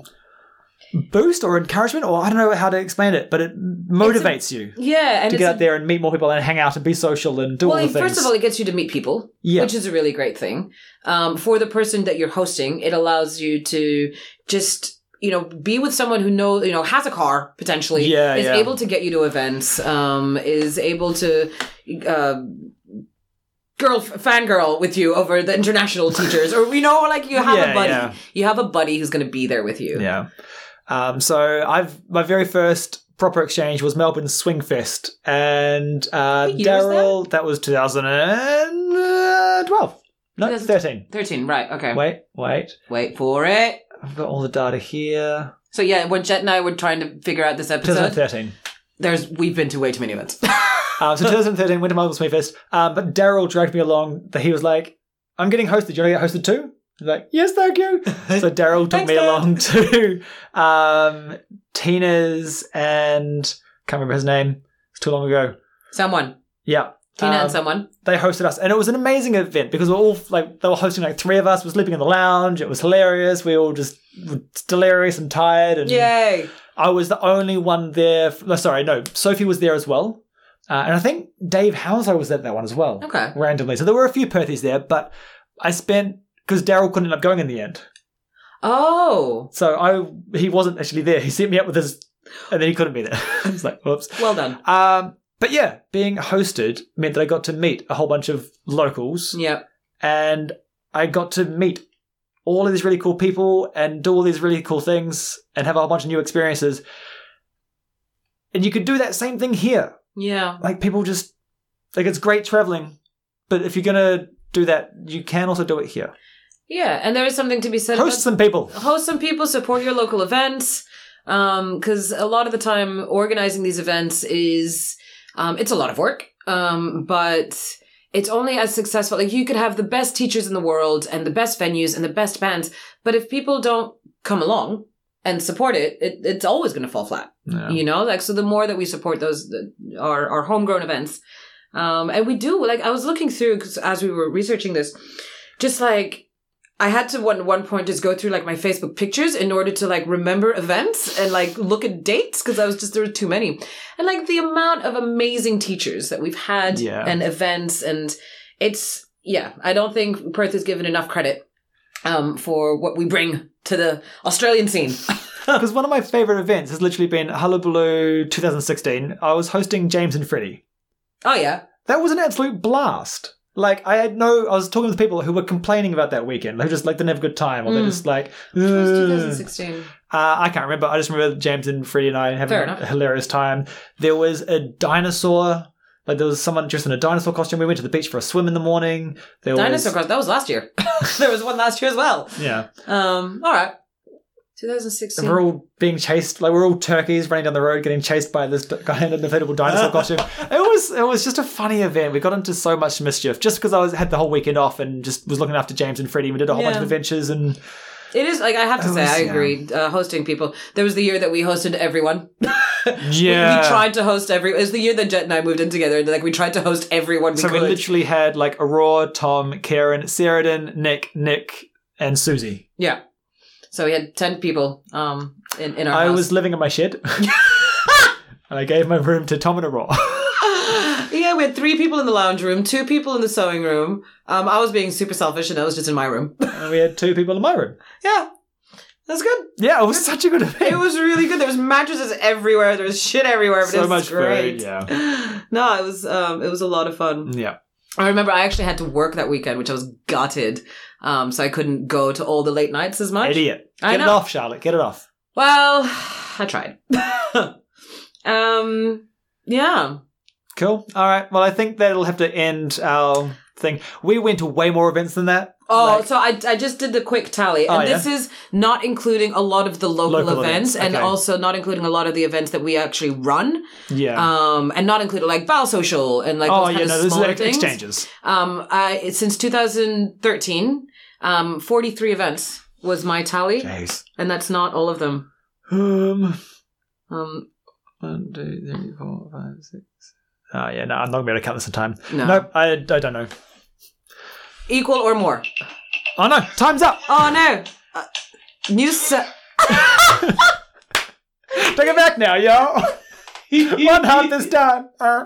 S1: boost or encouragement, or I don't know how to explain it, but it motivates you
S2: Yeah. And
S1: to
S2: it's
S1: get
S2: a-
S1: out there and meet more people and hang out and be social and do
S2: well,
S1: all the things.
S2: first of all, it gets you to meet people,
S1: yeah.
S2: which is a really great thing. Um, for the person that you're hosting, it allows you to just, you know, be with someone who knows, you know, has a car potentially,
S1: Yeah,
S2: is
S1: yeah.
S2: able to get you to events, um, is able to, uh, girl fangirl with you over the international teachers or you know like you have
S1: Yeah,
S2: a buddy
S1: yeah.
S2: you have a buddy who's going to be there with you
S1: Yeah. Um, so I've my very first proper exchange was Melbourne Swing Fest, and uh,
S2: What year was
S1: Daryl. That? was 2012. No,
S2: 2000
S1: 13.
S2: 13 right okay wait.
S1: Wait, wait.
S2: for it
S1: I've got all the data here.
S2: so yeah when jet and i were trying to figure out this episode
S1: 2013.
S2: there's we've been to way too many events
S1: Um, so 2013 went to Melbourne Swing Fest, um, but Daryl dragged me along. That he was like, "I'm getting hosted. Do you want to get hosted too?" I was like, "Yes, thank you." So Daryl took
S2: Thanks,
S1: me
S2: Dad.
S1: along to um, Tina's and can't remember his name. It's too long ago.
S2: someone
S1: Yeah.
S2: tina
S1: Um,
S2: and someone
S1: they hosted us and it was an amazing event because we we're all like they were hosting like three of us were sleeping in the lounge it was hilarious we all just were delirious and tired and
S2: yay
S1: i was the only one there f- no, sorry no sophie was there as well uh, and i think dave houser was at that one as well
S2: okay
S1: randomly so there were a few perthies there but i spent because daryl couldn't end up going in the end
S2: oh
S1: so i he wasn't actually there he set me up with his and then he couldn't be there it's like whoops
S2: well done
S1: um, but yeah being hosted meant that i got to meet a whole bunch of locals
S2: yeah
S1: and I got to meet all of these really cool people and do all these really cool things and have a whole bunch of new experiences. And you could do that same thing here.
S2: yeah
S1: Like people just like it's great traveling, but if you're gonna do that, you can also do it here.
S2: yeah and there is something to be said about
S1: Host some people.
S2: host some people support your local events because a lot of the time organizing these events is um, it's a lot of work um, but it's only as successful like you could have the best teachers in the world and the best venues and the best bands but if people don't come along and support it, it it's always going to fall flat you know like so the more that we support those the, our, our homegrown events um and we do like i was looking through 'cause as we were researching this just like i had to one one point just go through like my facebook pictures in order to like remember events and like look at dates because i was just there were too many and like the amount of amazing teachers that we've had
S1: Yeah.
S2: and events and it's yeah i don't think perth is given enough credit um for what we bring to the australian scene
S1: Because one of my favorite events has literally been Hullabaloo 2016. I was hosting James and Freddie.
S2: oh yeah
S1: that was an absolute blast. Like I had no, I was talking to people who were complaining about that weekend. They just like didn't have a good time, or they're
S2: Mm.
S1: just like,
S2: it was
S1: "Ugh."
S2: 2016
S1: uh, I can't remember. I just remember James and Freddie and I having a
S2: Fair enough.
S1: hilarious time. There was a dinosaur. Like there was someone dressed in a dinosaur costume. We went to the beach for a swim in the morning. There was,
S2: Dinosaur Crossing. That was last year. there was one last year as well.
S1: yeah.
S2: Um, all right.
S1: And
S2: 2016.
S1: we're all being chased. Like we're all turkeys running down the road, getting chased by this guy in an inflatable dinosaur costume. It was it was just a funny event. We got into so much mischief just because I was had the whole weekend off and just was looking after James and Freddie. We did a whole bunch
S2: Yeah.
S1: of adventures and.
S2: It is like I have to
S1: That
S2: say,
S1: was-
S2: I
S1: yeah.
S2: agree. Uh, hosting people. There was the year that we hosted everyone. We-
S1: Yeah.
S2: We, tried to host every. It was the year that Jet and I moved in together, and like we tried to host everyone we
S1: so we
S2: could.
S1: literally had like Aurora, Tom, Karen, Sheridan, Nick, Nick, and Susie.
S2: yeah. So we had ten people um in, in our
S1: I
S2: house.
S1: was living in my shed. and I gave my room to Tom and Aurora.
S2: yeah, we had three people in the lounge room, two people in the sewing room. Um, I was being super selfish, and I was just in my room.
S1: and we had two people in my room.
S2: yeah, that's good.
S1: Yeah, it was such a good event.
S2: It was really good. There was mattresses everywhere. There was shit everywhere. But
S1: So
S2: it was
S1: much food,
S2: great.
S1: yeah.
S2: No, it was um, it was a lot of fun.
S1: yeah.
S2: I remember I actually had to work that weekend, which I was gutted. Um, so I couldn't go to all the late nights as much.
S1: Idiot. Get
S2: I
S1: it
S2: know.
S1: off, Charlotte. Get it off.
S2: Well, I tried. um, yeah.
S1: Cool. All right. Well, I think that'll have to end our thing. We went to way more events than that.
S2: Oh,
S1: Like-
S2: so I, I just did the quick tally,
S1: Oh,
S2: and this is not including a lot of the local,
S1: Local
S2: events,
S1: events,
S2: and
S1: okay.
S2: also not including a lot of the events that we actually run,
S1: yeah.
S2: um, and not including like Bow Social and like
S1: oh,
S2: those kind
S1: yeah.
S2: of
S1: No, this is
S2: smaller
S1: like
S2: things.
S1: exchanges.
S2: Um, I since 2013, um, 43 events was my tally,
S1: Jeez.
S2: and that's not all of them.
S1: Um,
S2: Um,
S1: one, two, three, four, five, six. Oh, yeah. No, I'm not going to be able to count this in time.
S2: no,
S1: Nope. I, I don't know.
S2: equal or more.
S1: Oh, no. Time's up.
S2: Oh no, uh, new se-
S1: Take it back now, yo. One half this time. Uh,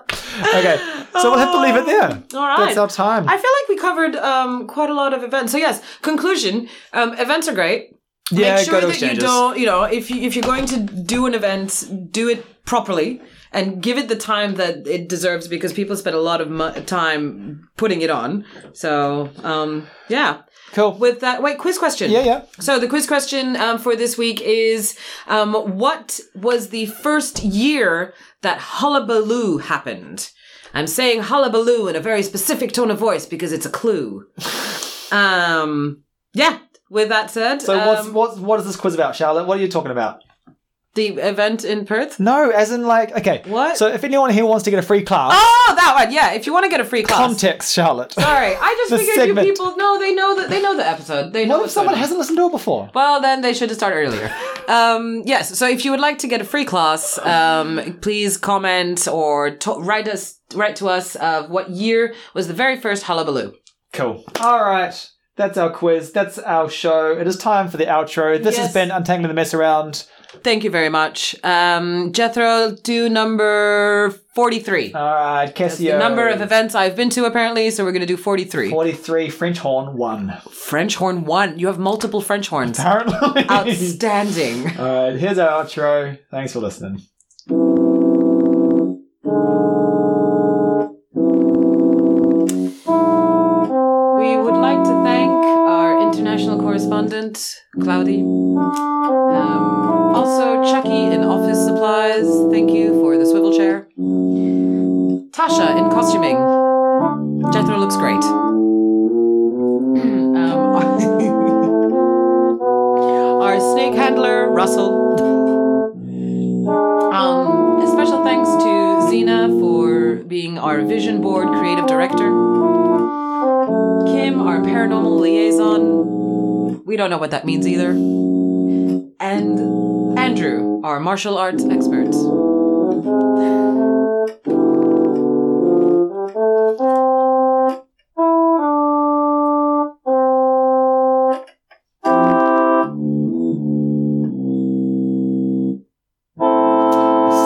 S1: Okay. So we'll have to leave it there.
S2: All right.
S1: That's our time.
S2: I feel like we covered um, quite a lot of events. So yes, conclusion: um, events are great.
S1: yeah,
S2: Make
S1: go
S2: sure
S1: to
S2: that you
S1: exchanges.
S2: don't, you know, if you if you're going to do an event, do it properly and give it the time that it deserves because people spend a lot of mu- time putting it on. So um, yeah,
S1: Cool.
S2: with that, wait, quiz question.
S1: yeah, yeah.
S2: So the quiz question um, for this week is: um, What was the first year that hullabaloo happened? I'm saying hullabaloo in a very specific tone of voice because it's a clue. Um, yeah. With that said,
S1: So what's,
S2: um,
S1: what's what is this quiz about, Charlotte? What are you talking about?
S2: the event in Perth?
S1: No, as in like okay.
S2: What?
S1: So if anyone here wants to get a free class,
S2: Oh, that one. Yeah. If you want to get a free class.
S1: context, Charlotte.
S2: Sorry, I just
S1: The
S2: figured
S1: segment.
S2: you people. No, they know that they know the episode. They know
S1: What if
S2: what's
S1: someone
S2: going on.
S1: hasn't listened to it before?
S2: Well, then they should have started earlier. Um, yes. So if you would like to get a free class, um, please comment or to- write us, write to us of what year was the very first hullabaloo.
S1: Cool. All right. That's our quiz. That's our show. It is time for the outro. This has
S2: Yes.
S1: been Untangling the Mess Around.
S2: Thank you very much. Um, Jethro, do number 43.
S1: All right,
S2: the
S1: Cassio.
S2: number of events I've been to apparently, so we're going to do 43.
S1: 43 French horn 1.
S2: French horn one. You have multiple French horns.
S1: Apparently.
S2: Outstanding.
S1: All right, here's our outro. Thanks for listening.
S2: We would like to thank our international correspondent, Cloudy. Um, also, Chucky in office supplies. Thank you for the swivel chair. Tasha in costuming. Jethro looks great. Um, our snake handler, Russell. Um, a special thanks to Zena for being our vision board creative director. Kim, our paranormal liaison. We don't know what that means either. And Andrew, our martial arts expert.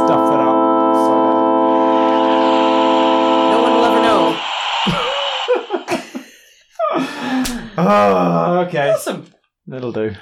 S1: Stuff that up. So bad.
S2: No one will ever know.
S1: Oh, okay.
S2: Awesome.
S1: Ah, That'll do.